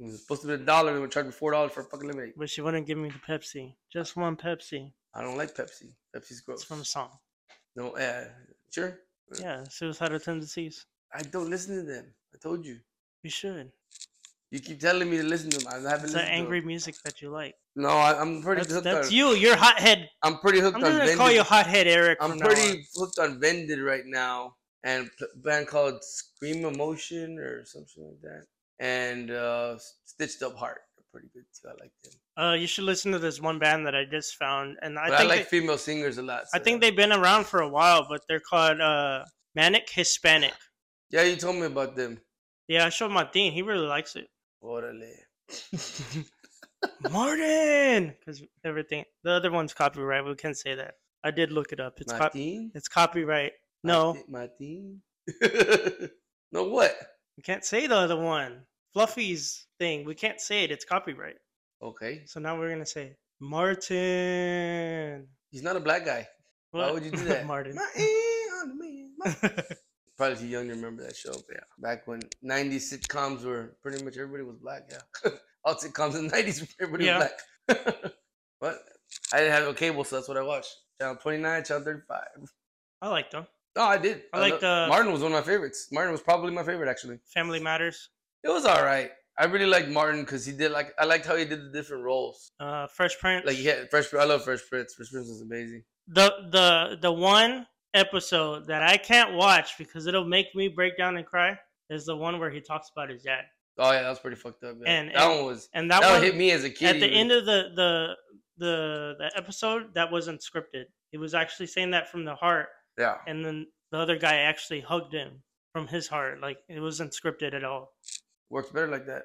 Speaker 5: It was supposed to be a dollar and we charged me four dollars for a fucking lemonade.
Speaker 1: but she wouldn't give me the Pepsi. Just one Pepsi.
Speaker 5: I don't like Pepsi. Pepsi's
Speaker 1: It's
Speaker 5: gross.
Speaker 1: from a song.
Speaker 5: No, uh, sure.
Speaker 1: Yeah. Suicidal tendencies.
Speaker 5: I don't listen to them. I told you.
Speaker 1: You should.
Speaker 5: You keep telling me to listen to them. I haven't
Speaker 1: It's
Speaker 5: listened
Speaker 1: that angry
Speaker 5: to
Speaker 1: music that you like.
Speaker 5: them. No, I, I'm pretty
Speaker 1: That's,
Speaker 5: hooked
Speaker 1: that's
Speaker 5: on.
Speaker 1: you. You're hothead.
Speaker 5: I'm pretty hooked
Speaker 1: I'm
Speaker 5: on.
Speaker 1: just gonna call
Speaker 5: Vended.
Speaker 1: you hothead, Eric.
Speaker 5: I'm
Speaker 1: from now on.
Speaker 5: pretty hooked on Vended right now, and p- band called Scream Emotion or something like that, and uh, Stitched Up Heart. They're pretty good too. I like them.
Speaker 1: Uh, you should listen to this one band that I just found, and I
Speaker 5: But I,
Speaker 1: think
Speaker 5: like
Speaker 1: they,
Speaker 5: female singers a lot.
Speaker 1: I
Speaker 5: so-
Speaker 1: think they've been around for a while, but they're called uh Manic Hispanic.
Speaker 5: Yeah, you told me about them.
Speaker 1: Yeah, I showed Martin. He really likes it.
Speaker 5: Orale.
Speaker 1: Martin, because everything the other one's copyright. We can't say that. I did look it up. It's cop-
Speaker 5: Martin?
Speaker 1: it's copyright. No,
Speaker 5: Martin- Martin. no, what?
Speaker 1: we can't say the other one. Fluffy's thing. We can't say it. It's copyright.
Speaker 5: Okay,
Speaker 1: So now we're gonna say it. Martin.
Speaker 5: he's not a black guy. Why
Speaker 1: What?
Speaker 5: would you do that?
Speaker 1: Martin?
Speaker 5: Martin on the man, Martin. Probably too young to remember that show, but yeah. Back when 90s sitcoms were pretty much everybody was black, yeah. All sitcoms in the 90s, everybody
Speaker 1: Yeah.
Speaker 5: was black. but I didn't have no cable, so that's what I watched. Channel 29, Channel 35.
Speaker 1: I like them.
Speaker 5: Oh, I did.
Speaker 1: I liked,
Speaker 5: lo-
Speaker 1: uh,
Speaker 5: Martin was one of my favorites. Martin was probably my favorite actually.
Speaker 1: Family Matters,
Speaker 5: It was all right. I really liked Martin because he did like I liked how he did the different roles.
Speaker 1: uh, Fresh Prince.
Speaker 5: Like he had Fresh. Prince- I love Fresh Prince. Fresh Prince was amazing.
Speaker 1: the the the one episode that I can't watch because it'll make me break down and cry is the one where he talks about his dad.
Speaker 5: Oh yeah, that was pretty fucked up. Yeah.
Speaker 1: And-
Speaker 5: that
Speaker 1: and
Speaker 5: one was
Speaker 1: And
Speaker 5: that,
Speaker 1: that,
Speaker 5: one
Speaker 1: one
Speaker 5: hit me as a kid.
Speaker 1: at the
Speaker 5: even.
Speaker 1: end of the the the the episode that wasn't scripted. He was actually saying that from the heart,
Speaker 5: yeah,
Speaker 1: and then the other guy actually hugged him from his heart. Like it wasn't scripted at all.
Speaker 5: works better like that.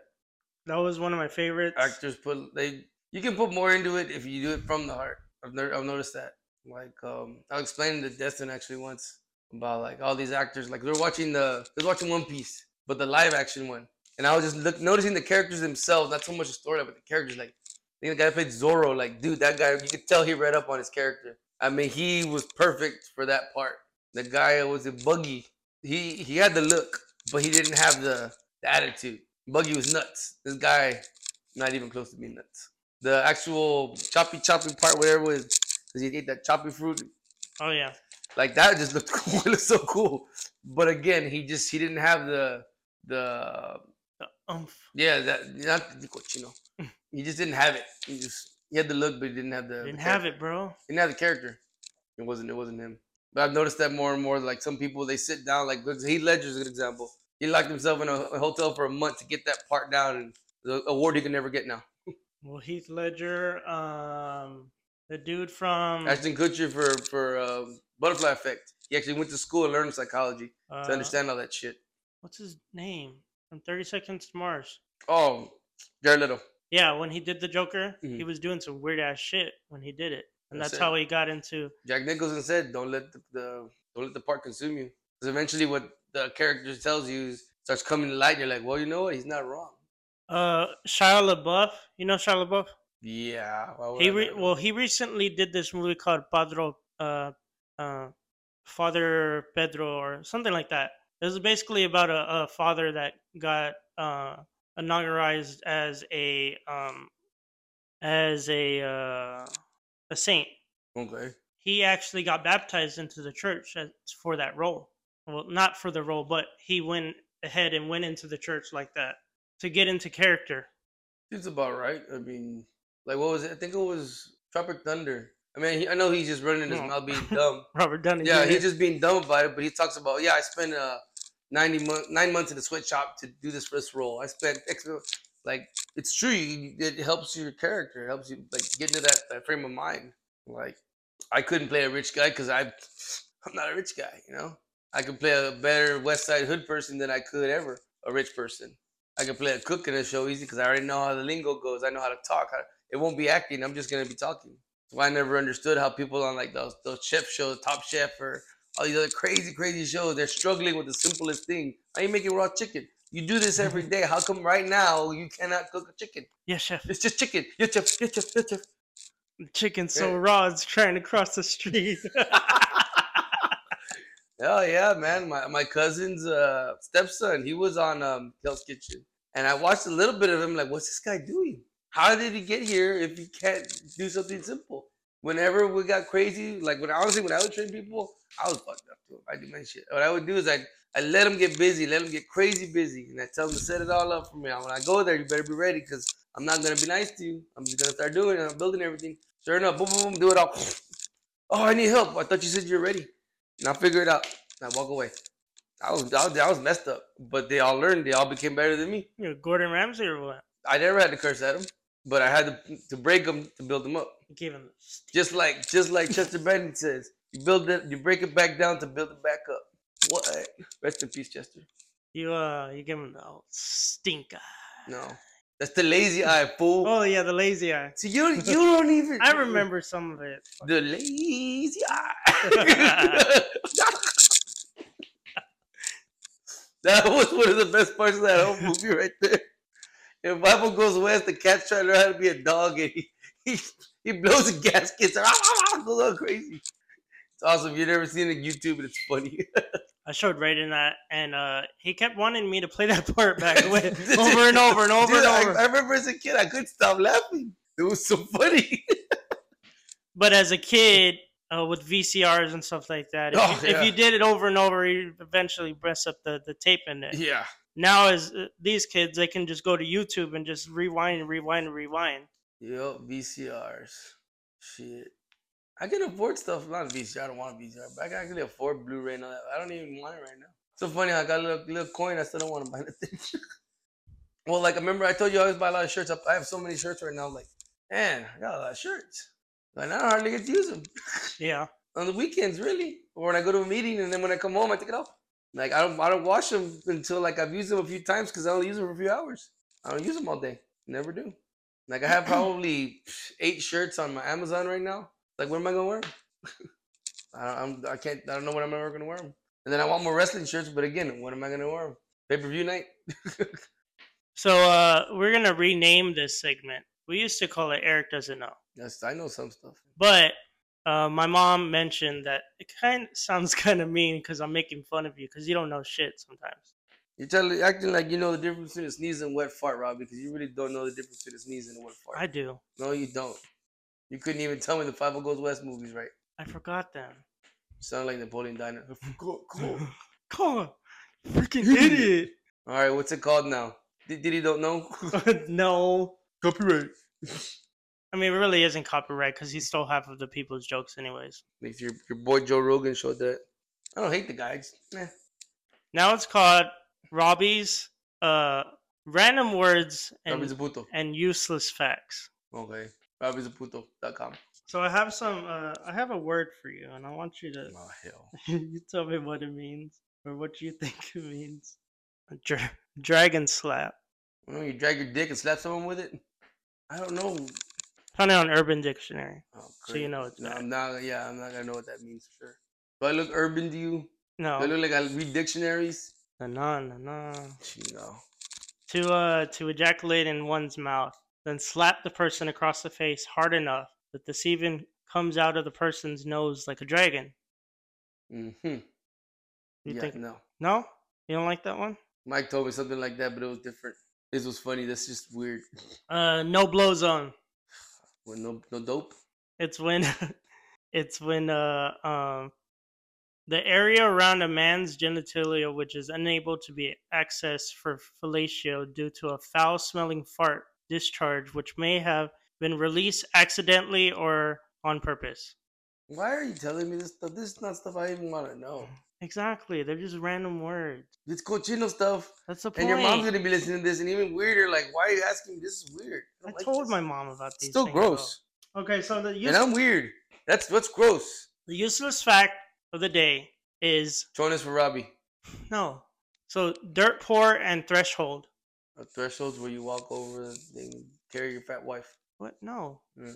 Speaker 1: That was one of my favorites.
Speaker 5: Actors put they you can put more into it if you do it from the heart. I've ner- I've noticed that. Like um, I was explaining to Destin actually once about like all these actors. Like they're watching the they're watching One Piece, but the live action one. And I was just look, noticing the characters themselves, not so much the story, but the characters. Like I think the guy that played Zorro. Like dude, that guy you could tell he read up on his character. I mean, he was perfect for that part. The guy was a buggy. He he had the look, but he didn't have the, the attitude. Buggy was nuts. This guy, not even close to being nuts. The actual choppy choppy part, whatever was, because he ate that choppy fruit.
Speaker 1: Oh yeah,
Speaker 5: Like that just looked cool. It looked so cool. But again, he just he didn't have the the
Speaker 1: the
Speaker 5: Um,
Speaker 1: oomph.
Speaker 5: yeah that not the cochino. He just didn't have it. He just he had the look, but he didn't have the the
Speaker 1: Didn't have
Speaker 5: character
Speaker 1: it, bro.
Speaker 5: didn't have the character. It wasn't. It wasn't him. But I've noticed that more and more. Like some people, they sit down. Like Heath Ledger's a good example. He locked himself in a, a hotel for a month to get that part down, and the award he can never get now.
Speaker 1: Well, Heath Ledger, um, the dude from
Speaker 5: Ashton Kutcher for for uh, Butterfly Effect. He actually went to school and learned psychology
Speaker 1: uh,
Speaker 5: to understand all that shit.
Speaker 1: what's his name from Thirty Seconds to Mars.
Speaker 5: Oh, Jared Little.
Speaker 1: Yeah, when he did the Joker, he
Speaker 5: Mhm.
Speaker 1: was doing some weird ass shit when he did it, and
Speaker 5: That's
Speaker 1: that's,
Speaker 5: it.
Speaker 1: how he got into.
Speaker 5: Jack Nicholson said, "Don't let the, the don't let the part consume you." Because eventually, what the character tells you is, starts coming to light. And you're like, well, you know what? He's not wrong.
Speaker 1: Uh, Shia LaBeouf, you know Shia LaBeouf.
Speaker 5: Yeah. why would
Speaker 1: He
Speaker 5: Oh, I
Speaker 1: re-
Speaker 5: not know?
Speaker 1: well, he recently did this movie called Padro, uh, uh, Father Pedro or something like that. It was basically about a, a father that got uh, inaugurated as a um, as a uh, a saint.
Speaker 5: okay.
Speaker 1: he actually got baptized into the church as- for that role. Well, not for the role, but he went ahead and went into the church like that to get into character.
Speaker 5: It's about right. I mean, like what was it? I think it was Tropic Thunder. I mean, he, I know he's just running his
Speaker 1: No.
Speaker 5: mouth being dumb.
Speaker 1: Robert Downey.
Speaker 5: yeah,
Speaker 1: Jr.
Speaker 5: he's just being dumb about it. But he talks about yeah, I spent uh ninety month nine months in the sweatshop to do this first role. I spent X mil-" like it's true. You, it helps your character. It helps you like get into that, that frame of mind. Like I couldn't play a rich guy because I I'm not a rich guy. You know, I could play a better West Side Hood person than I could ever a rich person. I can play a cook in a show easy because I already know how the lingo goes. I know how to talk. I, it won't be acting. I'm just gonna be talking. That's why I never understood how people on like those those chef shows, Top Chef, or all these other crazy, crazy shows, they're struggling with the simplest thing. Are you making raw chicken? You do this every day. How come right now you cannot cook a chicken?
Speaker 1: yeah, chef.
Speaker 5: It's just chicken. Yes, chef. Yes, chef. Yes, chef.
Speaker 1: The chicken's so
Speaker 5: Yeah.
Speaker 1: raw, it's trying to cross the street.
Speaker 5: Oh yeah, man. My my cousin's uh, stepson, he was on um Hell's Kitchen. And I watched a little bit of him, like, what's this guy doing? How did he get here if he can't do something simple? Whenever we got crazy, like when honestly when I would train people, I was fucked up too. I do my shit. What I would do is I I let him get busy, let him get crazy busy, and I tell him to set it all up for me. When I go there, you better be ready because I'm not gonna be nice to you. I'm just gonna start doing it. I'm building everything. Sure enough, boom, boom, boom, do it all. Oh, I need help. I thought you said you're ready. And I'll figure it out. And I walk away. I was, I was I was messed up, but they all learned. They all became better than me.
Speaker 1: You're Gordon Ramsay or what?
Speaker 5: I never had to curse at them, but I had to, to break them to build them up.
Speaker 1: Give him the st-
Speaker 5: Just like just like Chester Bennington says, you build it, you break it back down to build it back up. What? Rest in peace, Chester.
Speaker 1: you. Uh, you give him the old stink eye.
Speaker 5: No, that's the lazy eye, fool.
Speaker 1: Oh yeah, the lazy eye.
Speaker 5: So you you don't even.
Speaker 1: I remember some of it.
Speaker 5: the lazy eye. that was one of the best parts of that whole movie right there. If Bible goes west, the cat's trying to learn how to be a dog, and he he, he blows the gaskets, and goes all crazy. It's awesome. If you've never seen it on YouTube, it's funny.
Speaker 1: I showed Raiden that, and uh, he kept wanting me to play that part back away, over and over and over
Speaker 5: Dude,
Speaker 1: and
Speaker 5: I-
Speaker 1: over.
Speaker 5: I, remember as a kid, I couldn't stop laughing. It was so funny.
Speaker 1: But as a kid, uh, with VCRs and stuff like that, if,
Speaker 5: Oh,
Speaker 1: you,
Speaker 5: yeah.
Speaker 1: if you did it over and over, you eventually mess up the, the tape in it.
Speaker 5: Yeah.
Speaker 1: Now, as uh, these kids, they can just go to YouTube and just rewind and rewind and rewind.
Speaker 5: Yup, VCRs. Shit. I can afford stuff. Not VCR. I don't want a VCR, but I can actually afford Blu-ray and all that. I don't even want it right now. So funny how I got a little, little coin. I still don't want to buy nothing. well, like remember I told you I always buy a lot of shirts. I, I have so many shirts right now. I'm like, man, I got a lot of shirts. Like I don't hardly get to use them
Speaker 1: Yeah.
Speaker 5: on the weekends, really, or when I go to a meeting, and then when I come home, I take it off. Like I don't, I don't wash them until like I've used them a few times because I only use them for a few hours. I don't use them all day. Never do. Like I have probably eight shirts on my Amazon right now. Like when am I gonna wear them? I don't, I'm, I can't. I don't know when I'm ever gonna wear them. And then I want more wrestling shirts, but again, when am I gonna wear them? Pay per view night.
Speaker 1: So uh, we're gonna rename this segment. We used to call it Eric doesn't know,
Speaker 5: That's, I know some stuff.
Speaker 1: but uh, my mom mentioned that it kind of sounds kind of mean because I'm making fun of you because you don't know shit sometimes.
Speaker 5: You're telling, acting like you know the difference between a sneeze and wet fart, Rob, because you really don't know the difference between a sneeze and a wet fart.
Speaker 1: I do.
Speaker 5: No, you don't. You couldn't even tell me the Five O Goes West movies, right?
Speaker 1: I forgot them.
Speaker 5: Sound like Napoleon Diner. cool, cool.
Speaker 1: Come on, freaking
Speaker 5: Idiot.
Speaker 1: idiot.
Speaker 5: All right, what's it called now? Did Diddy don't know.
Speaker 1: no,
Speaker 5: Copyright.
Speaker 1: I mean it really isn't copyright because he stole half of the people's jokes anyways.
Speaker 5: If your your boy Joe Rogan showed that, I don't hate the guy. Just, eh.
Speaker 1: Now it's called Robbie's uh, random words
Speaker 5: Robbie
Speaker 1: and,
Speaker 5: Zaputo.
Speaker 1: and useless facts.
Speaker 5: Okay. RobbieZaputo.com.
Speaker 1: So I have some. Uh, I have a word for you, and I want you to
Speaker 5: Oh hell.
Speaker 1: you tell me what it means or what you think it means. A dra- dragon slap.
Speaker 5: You, know, you drag your dick and slap someone with it. I don't know.
Speaker 1: Found it on Urban Dictionary.
Speaker 5: Oh,
Speaker 1: So you
Speaker 5: great.
Speaker 1: know it's
Speaker 5: no,
Speaker 1: bad.
Speaker 5: I'm not. Yeah, I'm not gonna know what that means for sure. Do I look urban to you? Do I
Speaker 1: No,
Speaker 5: look like I read dictionaries?
Speaker 1: no, no, no.
Speaker 5: No.
Speaker 1: To uh, to ejaculate in one's mouth, then slap the person across the face hard enough that the semen comes out of the person's nose like a dragon.
Speaker 5: Mm-hmm.
Speaker 1: You
Speaker 5: yeah.
Speaker 1: think
Speaker 5: No.
Speaker 1: no? You don't like that one?
Speaker 5: Mike told me something like that, but it was different. This was funny. That's just weird.
Speaker 1: Uh, no blow zone.
Speaker 5: Well, no, no dope.
Speaker 1: It's when it's when uh um the area around a man's genitalia which is unable to be accessed for fellatio due to a foul smelling fart discharge which may have been released accidentally or on purpose.
Speaker 5: Why are you telling me this stuff? This is not stuff I even want to know.
Speaker 1: Exactly. They're just random words.
Speaker 5: It's cochino stuff,
Speaker 1: That's the
Speaker 5: and
Speaker 1: point.
Speaker 5: your mom's gonna be listening to this, and even weirder. Like, why are you asking? me? This is weird.
Speaker 1: I
Speaker 5: don't like
Speaker 1: told
Speaker 5: this.
Speaker 1: my mom about
Speaker 5: It's
Speaker 1: these.
Speaker 5: still
Speaker 1: things, though.
Speaker 5: gross,
Speaker 1: Okay, so the, use-
Speaker 5: and I'm weird. That's what's gross.
Speaker 1: the useless fact of the day is
Speaker 5: Join us for Robbie.
Speaker 1: no. So dirt poor and threshold.
Speaker 5: A thresholds where you walk over the thing, carry your fat wife.
Speaker 1: What? No.
Speaker 5: Yeah.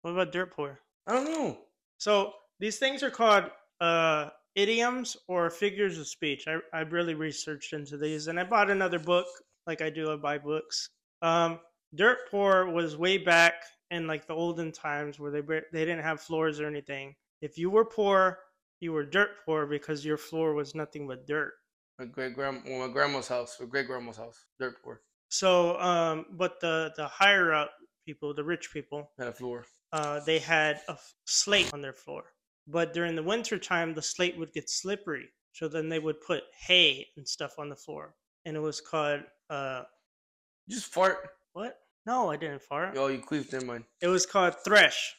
Speaker 1: What about dirt poor?
Speaker 5: I don't know.
Speaker 1: So these things are called uh, idioms or figures of speech. I, I really researched into these and I bought another book, like I do, I buy books. Um, dirt poor was way back in like the olden times where they bar- they didn't have floors or anything. If you were poor, you were dirt poor because your floor was nothing but dirt.
Speaker 5: My great grand, well, my grandma's house, my great grandma's house, dirt poor,
Speaker 1: So, um, but the the higher up people, the rich people,
Speaker 5: had a floor.
Speaker 1: uh, they had a f- slate on their floor. But during the winter time, the slate would get slippery. So then they would put hay and stuff on the floor. And it was called, uh,
Speaker 5: Just fart.
Speaker 1: what? No, I didn't fart.
Speaker 5: Oh, you queefed in mine.
Speaker 1: It was called thresh.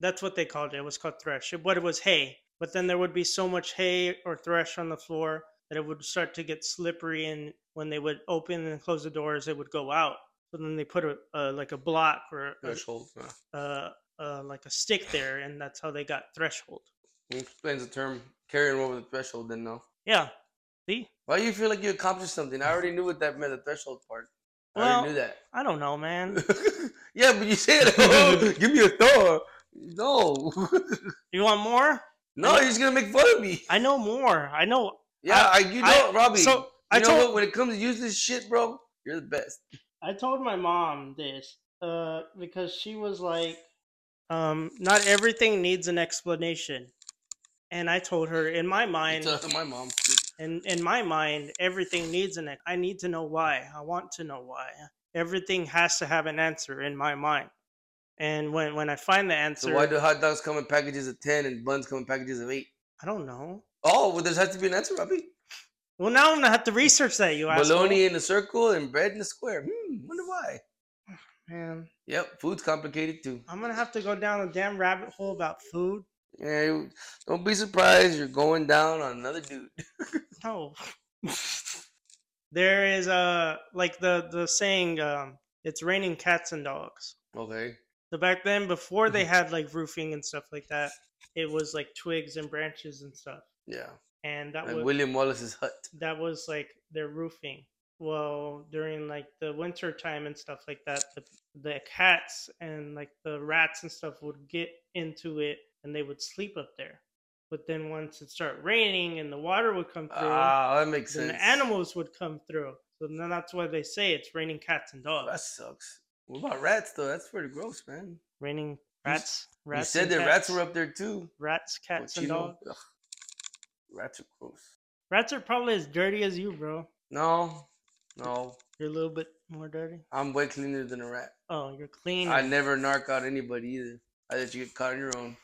Speaker 1: That's what they called it. It was called thresh. But it was hay. But then there would be so much hay or thresh on the floor that it would start to get slippery. And when they would open and close the doors, it would go out. But then they put a, uh, like a block or a,
Speaker 5: Threshold. Uh,
Speaker 1: uh, uh, like a stick there, and that's how they got threshold.
Speaker 5: explains the term carrying over the threshold, then no.
Speaker 1: Yeah. See,
Speaker 5: Why do you feel like you accomplished something? I already knew what that meant, the threshold part. I
Speaker 1: Well-
Speaker 5: already knew that.
Speaker 1: I don't know, man.
Speaker 5: yeah, but you said, oh, give me a throw. No.
Speaker 1: You want more?
Speaker 5: no, you're just going to make fun of me.
Speaker 1: I know more. I know.
Speaker 5: Yeah, I, you know,
Speaker 1: I-
Speaker 5: Robbie.
Speaker 1: So
Speaker 5: you
Speaker 1: I
Speaker 5: know
Speaker 1: told
Speaker 5: what? When it comes to useless shit, bro, you're the best.
Speaker 1: I told my mom this uh, because she was like, um, "Not everything needs an explanation," and I told her in my
Speaker 5: You
Speaker 1: mind,
Speaker 5: tell that to my mom.
Speaker 1: in in my mind, everything needs an. ex- I need to know why. I want to know why. Everything has to have an answer in my mind. And when when I find the answer,
Speaker 5: So why do hot dogs come in packages of ten and buns come in packages of eight?
Speaker 1: I don't know.
Speaker 5: Oh, well, there has to be an answer, Robbie.
Speaker 1: Well, now I'm gonna have to research that. You asshole.
Speaker 5: Bologna in a circle and bread in a square. Hmm, wonder why.
Speaker 1: Man,
Speaker 5: Yep, food's complicated too.
Speaker 1: I'm gonna have to go down a damn rabbit hole about food.
Speaker 5: Yeah, you- don't be surprised. You're going down on another dude.
Speaker 1: No. there is uh like the the saying um it's raining cats and dogs.
Speaker 5: Okay.
Speaker 1: So back then before they had like roofing and stuff like that, it was like twigs and branches and stuff.
Speaker 5: Yeah.
Speaker 1: And that
Speaker 5: Like
Speaker 1: was
Speaker 5: William Wallace's hut.
Speaker 1: that was like their roofing. Well, during like the winter time and stuff like that, the, the cats and like the rats and stuff would get into it and they would sleep up there. But then once it started raining and the water would come through,
Speaker 5: Ah, that makes
Speaker 1: then
Speaker 5: sense.
Speaker 1: the animals would come through. So then that's why they say it's raining cats and dogs.
Speaker 5: That sucks. What about rats though? That's pretty gross, man.
Speaker 1: raining
Speaker 5: You s-
Speaker 1: rats. Rats.
Speaker 5: you said
Speaker 1: and
Speaker 5: that rats
Speaker 1: cats.
Speaker 5: were up there too.
Speaker 1: Rats,
Speaker 5: but
Speaker 1: cats,
Speaker 5: you
Speaker 1: and
Speaker 5: know-
Speaker 1: dogs.
Speaker 5: ugh, Rats are gross.
Speaker 1: Rats are probably as dirty as you, bro.
Speaker 5: No, no.
Speaker 1: You're a little bit more dirty.
Speaker 5: I'm way cleaner than a rat.
Speaker 1: Oh, you're clean.
Speaker 5: I never narc out anybody either. I let you get caught on your own.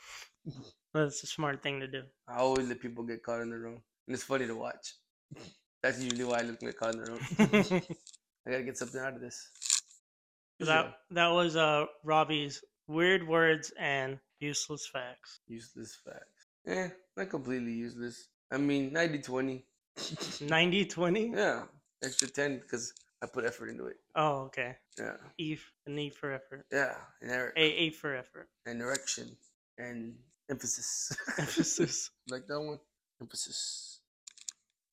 Speaker 1: That's a smart thing to do.
Speaker 5: I always let people get caught on their own. And it's funny to watch. That's usually why I let them get caught on their own. I gotta get something out of this. Usually
Speaker 1: that that was uh Robbie's weird words and useless facts.
Speaker 5: Useless facts. Eh, not completely useless. I mean, 90 20.
Speaker 1: 90-20?
Speaker 5: Yeah, extra 10 because I put effort into it.
Speaker 1: Oh, okay.
Speaker 5: Yeah,
Speaker 1: E f- an E for effort.
Speaker 5: yeah. And, er-
Speaker 1: A A for effort.
Speaker 5: and direction and emphasis.
Speaker 1: Emphasis.
Speaker 5: like that one? Emphasis.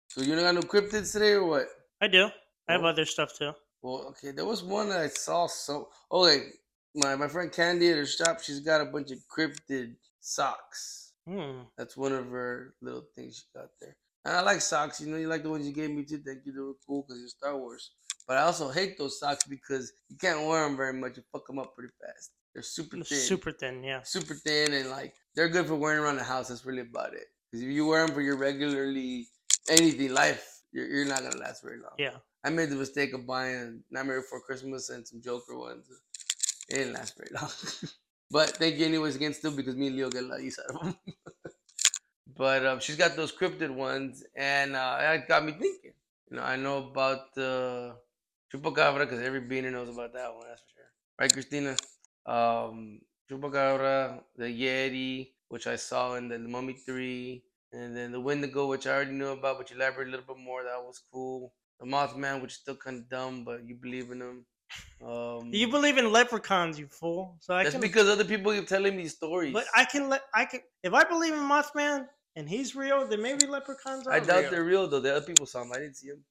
Speaker 5: So you don't got no cryptids today or what?
Speaker 1: I do. I have
Speaker 5: Oh.
Speaker 1: other stuff too.
Speaker 5: Well, okay, there was one that I saw. So, okay, my my friend Candy at her shop, she's got a bunch of cryptid socks.
Speaker 1: Hmm.
Speaker 5: That's one of her little things she got there. And I like socks. You know, you like the ones you gave me too. Thank you. They were cool because you're Star Wars. But I also hate those socks because you can't wear them very much. You fuck them up pretty fast. They're super thin.
Speaker 1: Super thin, yeah.
Speaker 5: super thin and like they're good for wearing around the house. That's really about it. Because if you wear them for your regularly anything life, you're, you're not gonna last very long.
Speaker 1: Yeah.
Speaker 5: I made the mistake of buying Nightmare Before Christmas and some Joker ones. It didn't last very long. but thank you anyways again still because me and Leo get a lot of use out of them. but um, she's got those cryptid ones and uh, that got me thinking. You know, I know about the uh, Chupacabra because every beaner knows about that one, that's for sure. Right, Christina? Um, Chupacabra, the Yeti, which I saw in the Mummy 3, and then the Wendigo, which I already knew about, but you elaborated a little bit more. That was cool. The Mothman, which is still kind of dumb, but you believe in him. Um,
Speaker 1: You believe in leprechauns, you fool. So I
Speaker 5: that's
Speaker 1: can
Speaker 5: because other people keep telling me stories.
Speaker 1: but I can let I can if I believe in Mothman and he's real, then maybe leprechauns are
Speaker 5: I doubt
Speaker 1: real.
Speaker 5: they're real though. The other people saw them. I didn't see them.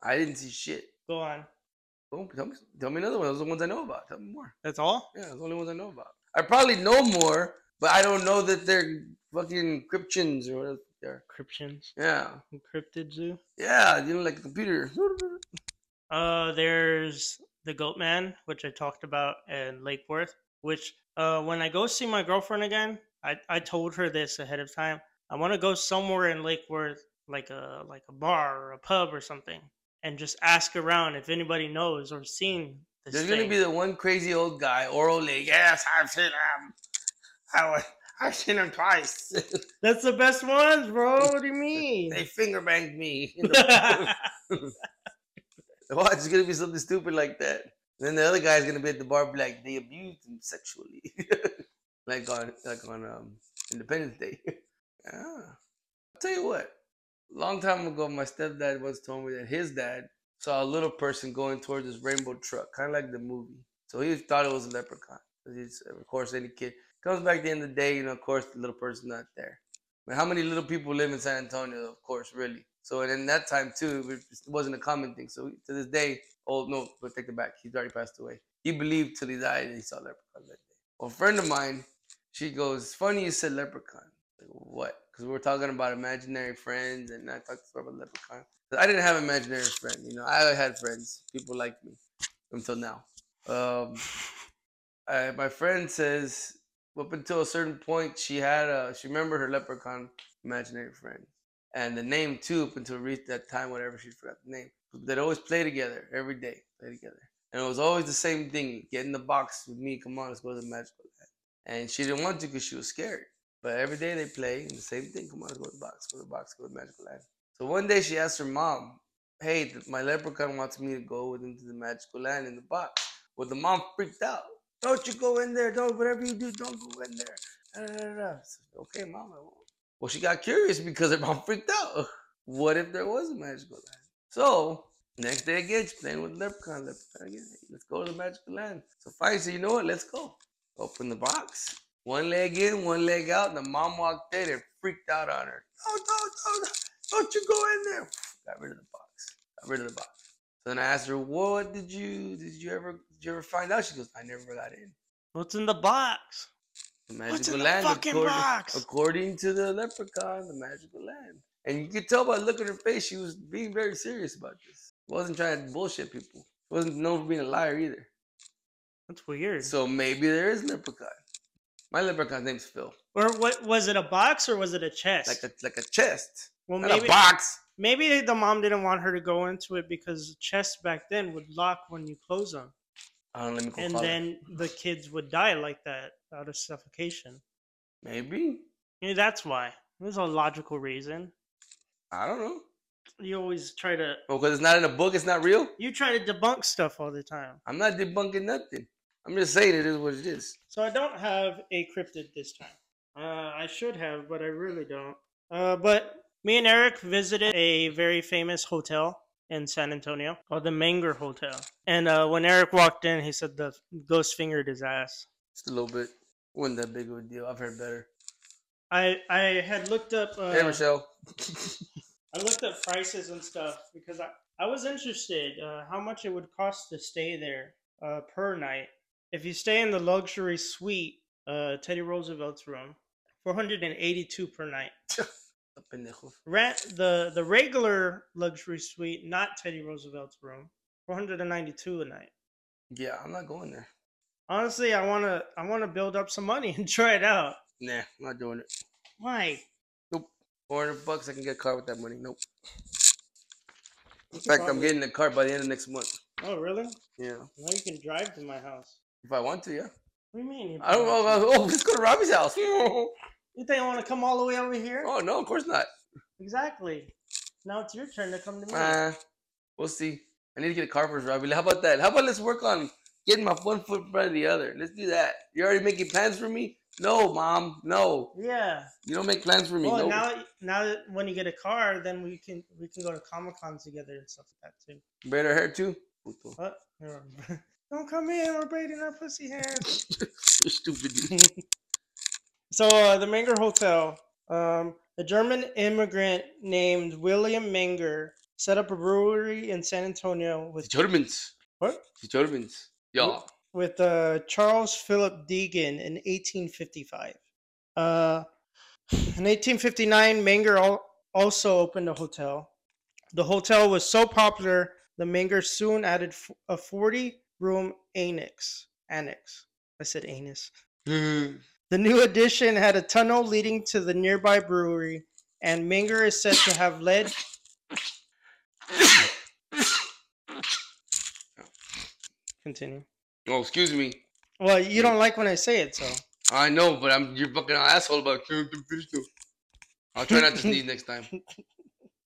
Speaker 5: I didn't see shit.
Speaker 1: go on.
Speaker 5: Oh, tell me, tell me another one. Those are the ones I know about. Tell me more.
Speaker 1: That's all?
Speaker 5: Yeah, those are the only ones I know about. I probably know more, but I don't know that they're fucking cryptians or whatever they are.
Speaker 1: Encryptions.
Speaker 5: Yeah,
Speaker 1: Encrypted zoo.
Speaker 5: yeah. You know, like a computer.
Speaker 1: Uh, there's the Goat Man, which I talked about in Lake Worth. Which, uh, when I go see my girlfriend again, I I told her this ahead of time. I want to go somewhere in Lake Worth, like a like a bar or a pub or something, and just ask around if anybody knows or seen this
Speaker 5: There's
Speaker 1: thing.
Speaker 5: gonna be the one crazy old guy, oral lady. Yes, I've seen him. I was, I've seen him twice.
Speaker 1: That's the best ones, bro. What do you mean?
Speaker 5: they finger banged me. in the Watch, it's gonna be something stupid like that. Then the other guy's gonna be at the bar, be like they abused him sexually, like on like on um, Independence Day. yeah. I'll tell you what. Long time ago, my stepdad once told me that his dad saw a little person going towards this rainbow truck, kind of like the movie. So he thought it was a leprechaun. 'Cause He's, of course, any kid comes back at the end of the day, you know, of course, the little person's not there. But how many little people live in San Antonio? Of course, really. So and in that time too, it just wasn't a common thing. So to this day, oh no, but take it back. He's already passed away. He believed till he died that he saw leprechaun that day. Well, a friend of mine, she goes, "Funny you said leprechaun. Like what? Because we were talking about imaginary friends, and I talked about leprechaun. 'Cause I didn't have imaginary friends. You know, I had friends. People like me until now. Um, I, my friend says up until a certain point, she had a, she remembered her leprechaun imaginary friend and the name too up until reached that time, whatever she forgot the name. They'd always play together every day, play together. And it was always the same thing. Get in the box with me. Come on, let's go to the match. And she didn't want to because she was scared. But every day they play, and the same thing. Come on, let's go to the box, go to the box, go to the Magical Land. So one day she asked her mom, "Hey, th- my leprechaun wants me to go with him to the Magical Land in the box." Well, the mom freaked out. Don't you go in there. Don't whatever you do, don't go in there. Da, da, da, da. I said, okay, mom, I won't. Well, she got curious because her mom freaked out. What if there was a Magical Land? So next day again, she's playing with leprechaun. Leprechaun again. "Hey, let's go to the Magical Land. So finally, she said, you know what? Let's go. Open the box. One leg in, one leg out, and the mom walked in and freaked out on her. No, no, no, no. Don't you go in there. Got rid of the box. Got rid of the box. So then I asked her, What did you did you ever did you ever find out? She goes, I never got in.
Speaker 1: What's in the box?
Speaker 5: The
Speaker 1: What's
Speaker 5: magical
Speaker 1: in the
Speaker 5: land
Speaker 1: fucking
Speaker 5: according,
Speaker 1: box?
Speaker 5: according to the leprechaun, the magical land. And you could tell by looking at her face, she was being very serious about this. Wasn't trying to bullshit people. Wasn't known for being a liar either.
Speaker 1: That's weird.
Speaker 5: So maybe there is leprechaun. My leprechaun's name's Phil.
Speaker 1: or what was it a box or was it a chest?
Speaker 5: Like a like a chest.
Speaker 1: well,
Speaker 5: Not
Speaker 1: maybe
Speaker 5: a box.
Speaker 1: maybe the mom didn't want her to go into it because chests back then would lock when you close them,
Speaker 5: I don't let me go
Speaker 1: and
Speaker 5: call her.
Speaker 1: then the kids would die like that out of suffocation.
Speaker 5: maybe.
Speaker 1: Maybe that's why. There's a logical reason.
Speaker 5: I don't know.
Speaker 1: You always try to
Speaker 5: Well, because it's not in a book, it's not real.
Speaker 1: you try to debunk stuff all the time.
Speaker 5: I'm not debunking nothing. I'm just saying it is what it is.
Speaker 1: So I don't have a cryptid this time. Uh, I should have, but I really don't. Uh, but me and Eric visited a very famous hotel in San Antonio called the Manger Hotel. And uh, when Eric walked in, he said the ghost fingered his ass.
Speaker 5: Just a little bit. Wasn't that big of a deal. I've heard better.
Speaker 1: I I had looked up uh,
Speaker 5: hey, Michelle.
Speaker 1: I looked up prices and stuff because I, I was interested uh, how much it would cost to stay there uh, per night. If you stay in the luxury suite, uh, Teddy Roosevelt's room, 482 per night.
Speaker 5: Pendejo.
Speaker 1: Rent the the regular luxury suite, not Teddy Roosevelt's room, 492 a night.
Speaker 5: Yeah, I'm not going there.
Speaker 1: Honestly, I want to I want to build up some money and try it out.
Speaker 5: Nah, I'm not doing it.
Speaker 1: Why?
Speaker 5: 400 bucks, I can get a car with that money. Nope. In fact, I'm getting a car by the end of next month.
Speaker 1: Oh, really?
Speaker 5: Yeah.
Speaker 1: Now you can drive to my house.
Speaker 5: If I want to, yeah.
Speaker 1: What do you mean? you-
Speaker 5: I don't know. Oh, let's go to Robbie's house. oh,
Speaker 1: You think I want to come all the way over here?
Speaker 5: no, of course not.
Speaker 1: Exactly. Now it's your turn to come to me.
Speaker 5: Uh, we'll see. I need to get a car first, Robbie. How about that? How about let's work on getting my one foot in front of the other? Let's do that. You're already making plans for me? No, mom. No.
Speaker 1: yeah.
Speaker 5: You don't make plans for me.
Speaker 1: Well,
Speaker 5: no.
Speaker 1: now, now that when you get a car, then we can we can go to Comic Con together and stuff like that too.
Speaker 5: Braid her hair too? Puto.
Speaker 1: What? Never- Don't come in. We're braiding our pussy hairs.
Speaker 5: You're stupid. dude.
Speaker 1: So uh, the Menger Hotel, um, a German immigrant named William Menger set up a brewery in San Antonio
Speaker 5: The
Speaker 1: with
Speaker 5: Germans.
Speaker 1: What?
Speaker 5: The Germans. Yeah.
Speaker 1: with uh, Charles Philip Deegan in 1855. Uh, in 1859, Menger al- also opened a hotel. The hotel was so popular, the Menger soon added f- a 40 room annex. Annex. I said anus. The new addition had a tunnel leading to the nearby brewery, and Menger is said to have led Continue.
Speaker 5: Oh, excuse me.
Speaker 1: Well, you don't like when I say it, so.
Speaker 5: I know, but I'm you're fucking an asshole about I'll try not to sneeze next time.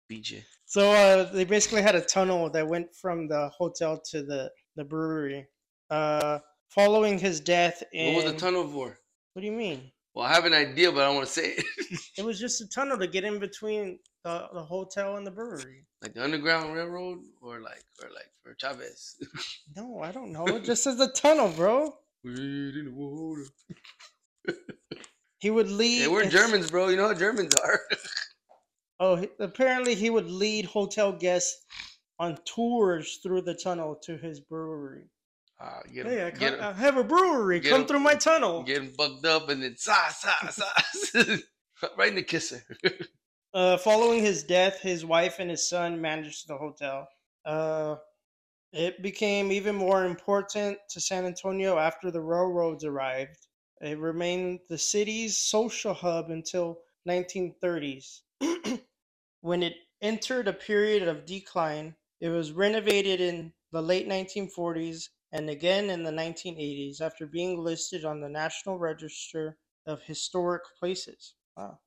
Speaker 5: BJ.
Speaker 1: So uh, they basically had a tunnel that went from the hotel to the, the brewery. Uh, following his death in.
Speaker 5: What was the tunnel for?
Speaker 1: What do you mean?
Speaker 5: Well, I have an idea, but I don't want to say it.
Speaker 1: It was just a tunnel to get in between the, the hotel and the brewery.
Speaker 5: like the Underground Railroad, or like, or like for Chavez.
Speaker 1: No, I don't know. It just says the tunnel, bro.
Speaker 5: Weed in the water.
Speaker 1: He would lead.
Speaker 5: Hey, we're
Speaker 1: and-
Speaker 5: Germans, bro. You know how Germans are.
Speaker 1: Oh, he- apparently he would lead hotel guests on tours through the tunnel to his brewery.
Speaker 5: Ah, get 'em,
Speaker 1: Hey, I,
Speaker 5: get
Speaker 1: can
Speaker 5: 'em.
Speaker 1: I have a brewery.
Speaker 5: Get
Speaker 1: Come
Speaker 5: 'em.
Speaker 1: through my tunnel.
Speaker 5: getting bugged up and then sa sa sa right in the kisser.
Speaker 1: Uh, following his death, his wife and his son managed the hotel. Uh, it became even more important to San Antonio after the railroads arrived. It remained the city's social hub until 1930s, when it entered a period of decline. It was renovated in the late 1940s and again in the 1980s after being listed on the National Register of Historic Places. Wow.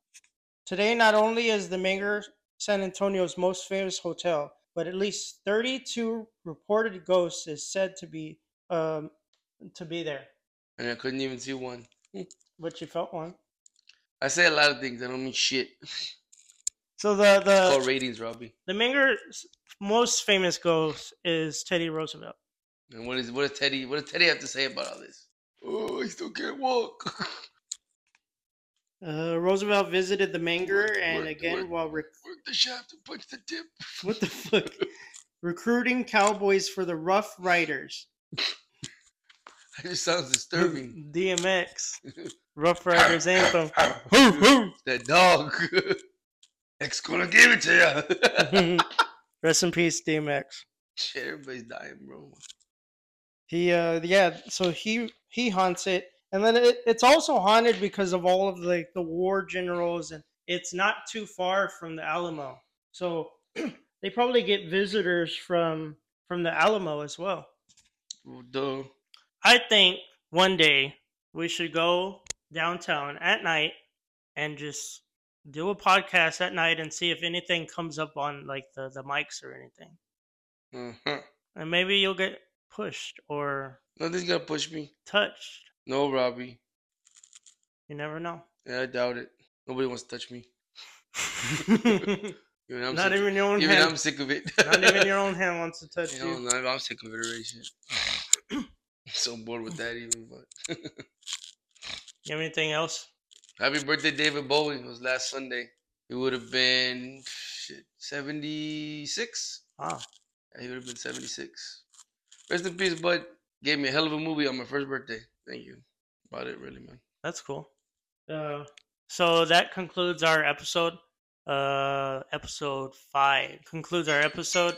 Speaker 1: Today, not only is the Manger San Antonio's most famous hotel, but at least 32 reported ghosts is said to be um, to be there.
Speaker 5: and I couldn't even see one.
Speaker 1: But you felt one.
Speaker 5: I say a lot of things. I don't mean shit.
Speaker 1: So the
Speaker 5: It's
Speaker 1: the
Speaker 5: called ratings, Robbie.
Speaker 1: the Manger's most famous ghost is Teddy Roosevelt.
Speaker 5: And what is what does Teddy? What does Teddy have to say about all this? Oh, I still can't walk.
Speaker 1: Uh, Roosevelt visited the Manger
Speaker 5: Work,
Speaker 1: and
Speaker 5: work,
Speaker 1: again
Speaker 5: work.
Speaker 1: while rec-
Speaker 5: Work the shaft and punch the tip.
Speaker 1: what the fuck recruiting cowboys for the Rough Riders.
Speaker 5: That just sounds disturbing.
Speaker 1: DMX. Rough Riders anthem.
Speaker 5: that dog. X gonna give it to you.
Speaker 1: Rest in peace, DMX.
Speaker 5: Shit, everybody's dying, bro.
Speaker 1: He, uh, yeah. So he he haunts it, and then it, it's also haunted because of all of like the war generals, and it's not too far from the Alamo, so they probably get visitors from from the Alamo as well.
Speaker 5: Well, Duh.
Speaker 1: I think one day we should go downtown at night and just do a podcast at night and see if anything comes up on like the the mics or anything.
Speaker 5: Uh-huh.
Speaker 1: And maybe you'll get pushed or
Speaker 5: Nothing's gonna push me.
Speaker 1: touched.
Speaker 5: No, Robbie.
Speaker 1: You never know.
Speaker 5: Yeah, I doubt it. Nobody wants to touch me. Even I'm
Speaker 1: not
Speaker 5: sick.
Speaker 1: even your own
Speaker 5: Even I'm
Speaker 1: hand.
Speaker 5: sick of it.
Speaker 1: not even your own hand wants to touch
Speaker 5: You know,
Speaker 1: you.
Speaker 5: no, I'm sick of it already. Shit. I'm so bored with that even. But
Speaker 1: You have anything else?
Speaker 5: happy birthday, David Bowie. It was last Sunday. He would have been shit, 76.
Speaker 1: Wow.
Speaker 5: Yeah, he would have been 76. Rest in peace, bud. Gave me a hell of a movie on my first birthday. Thank you. About it, really, man.
Speaker 1: That's cool. Uh, so that concludes our episode. Uh, episode five concludes our episode,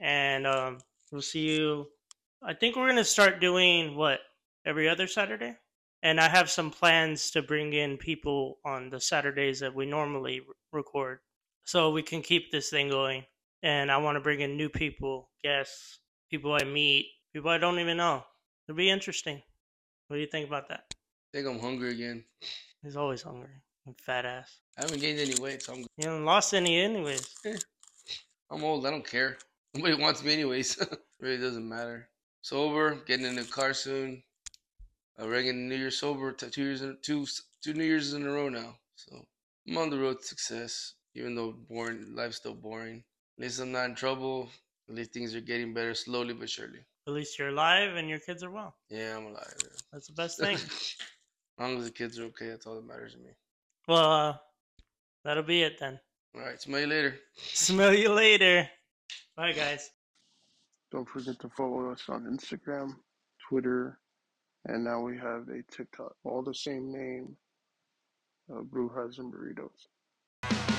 Speaker 1: and um, we'll see you. I think we're gonna start doing what every other Saturday, and I have some plans to bring in people on the Saturdays that we normally r- record, so we can keep this thing going. And I want to bring in new people, guests, people I meet, people I don't even know. It'll be interesting. What do you think about that?
Speaker 5: I think I'm hungry again.
Speaker 1: He's always hungry. and Fat ass.
Speaker 5: I haven't gained any weight, so I'm
Speaker 1: He hasn't lost any anyways.
Speaker 5: I'm old. I don't care. Nobody wants me anyways. really doesn't matter. Sober, getting in the car soon. Uh, Reagan New Year sober, t- two years, in, two s- two New Years in a row now. So I'm on the road to success, even though boring life's still boring. At least I'm not in trouble. At least things are getting better slowly but surely.
Speaker 1: At least you're alive and your kids are well.
Speaker 5: Yeah, I'm alive. yeah.
Speaker 1: That's the best thing.
Speaker 5: as long as the kids are okay, that's all that matters to me.
Speaker 1: well, uh, that'll be it then.
Speaker 5: All right, smell you later.
Speaker 1: Smell you later. Bye, guys.
Speaker 6: Don't forget to follow us on Instagram, Twitter, and now we have a TikTok. All the same name, uh, Brew Hugs and Burritos.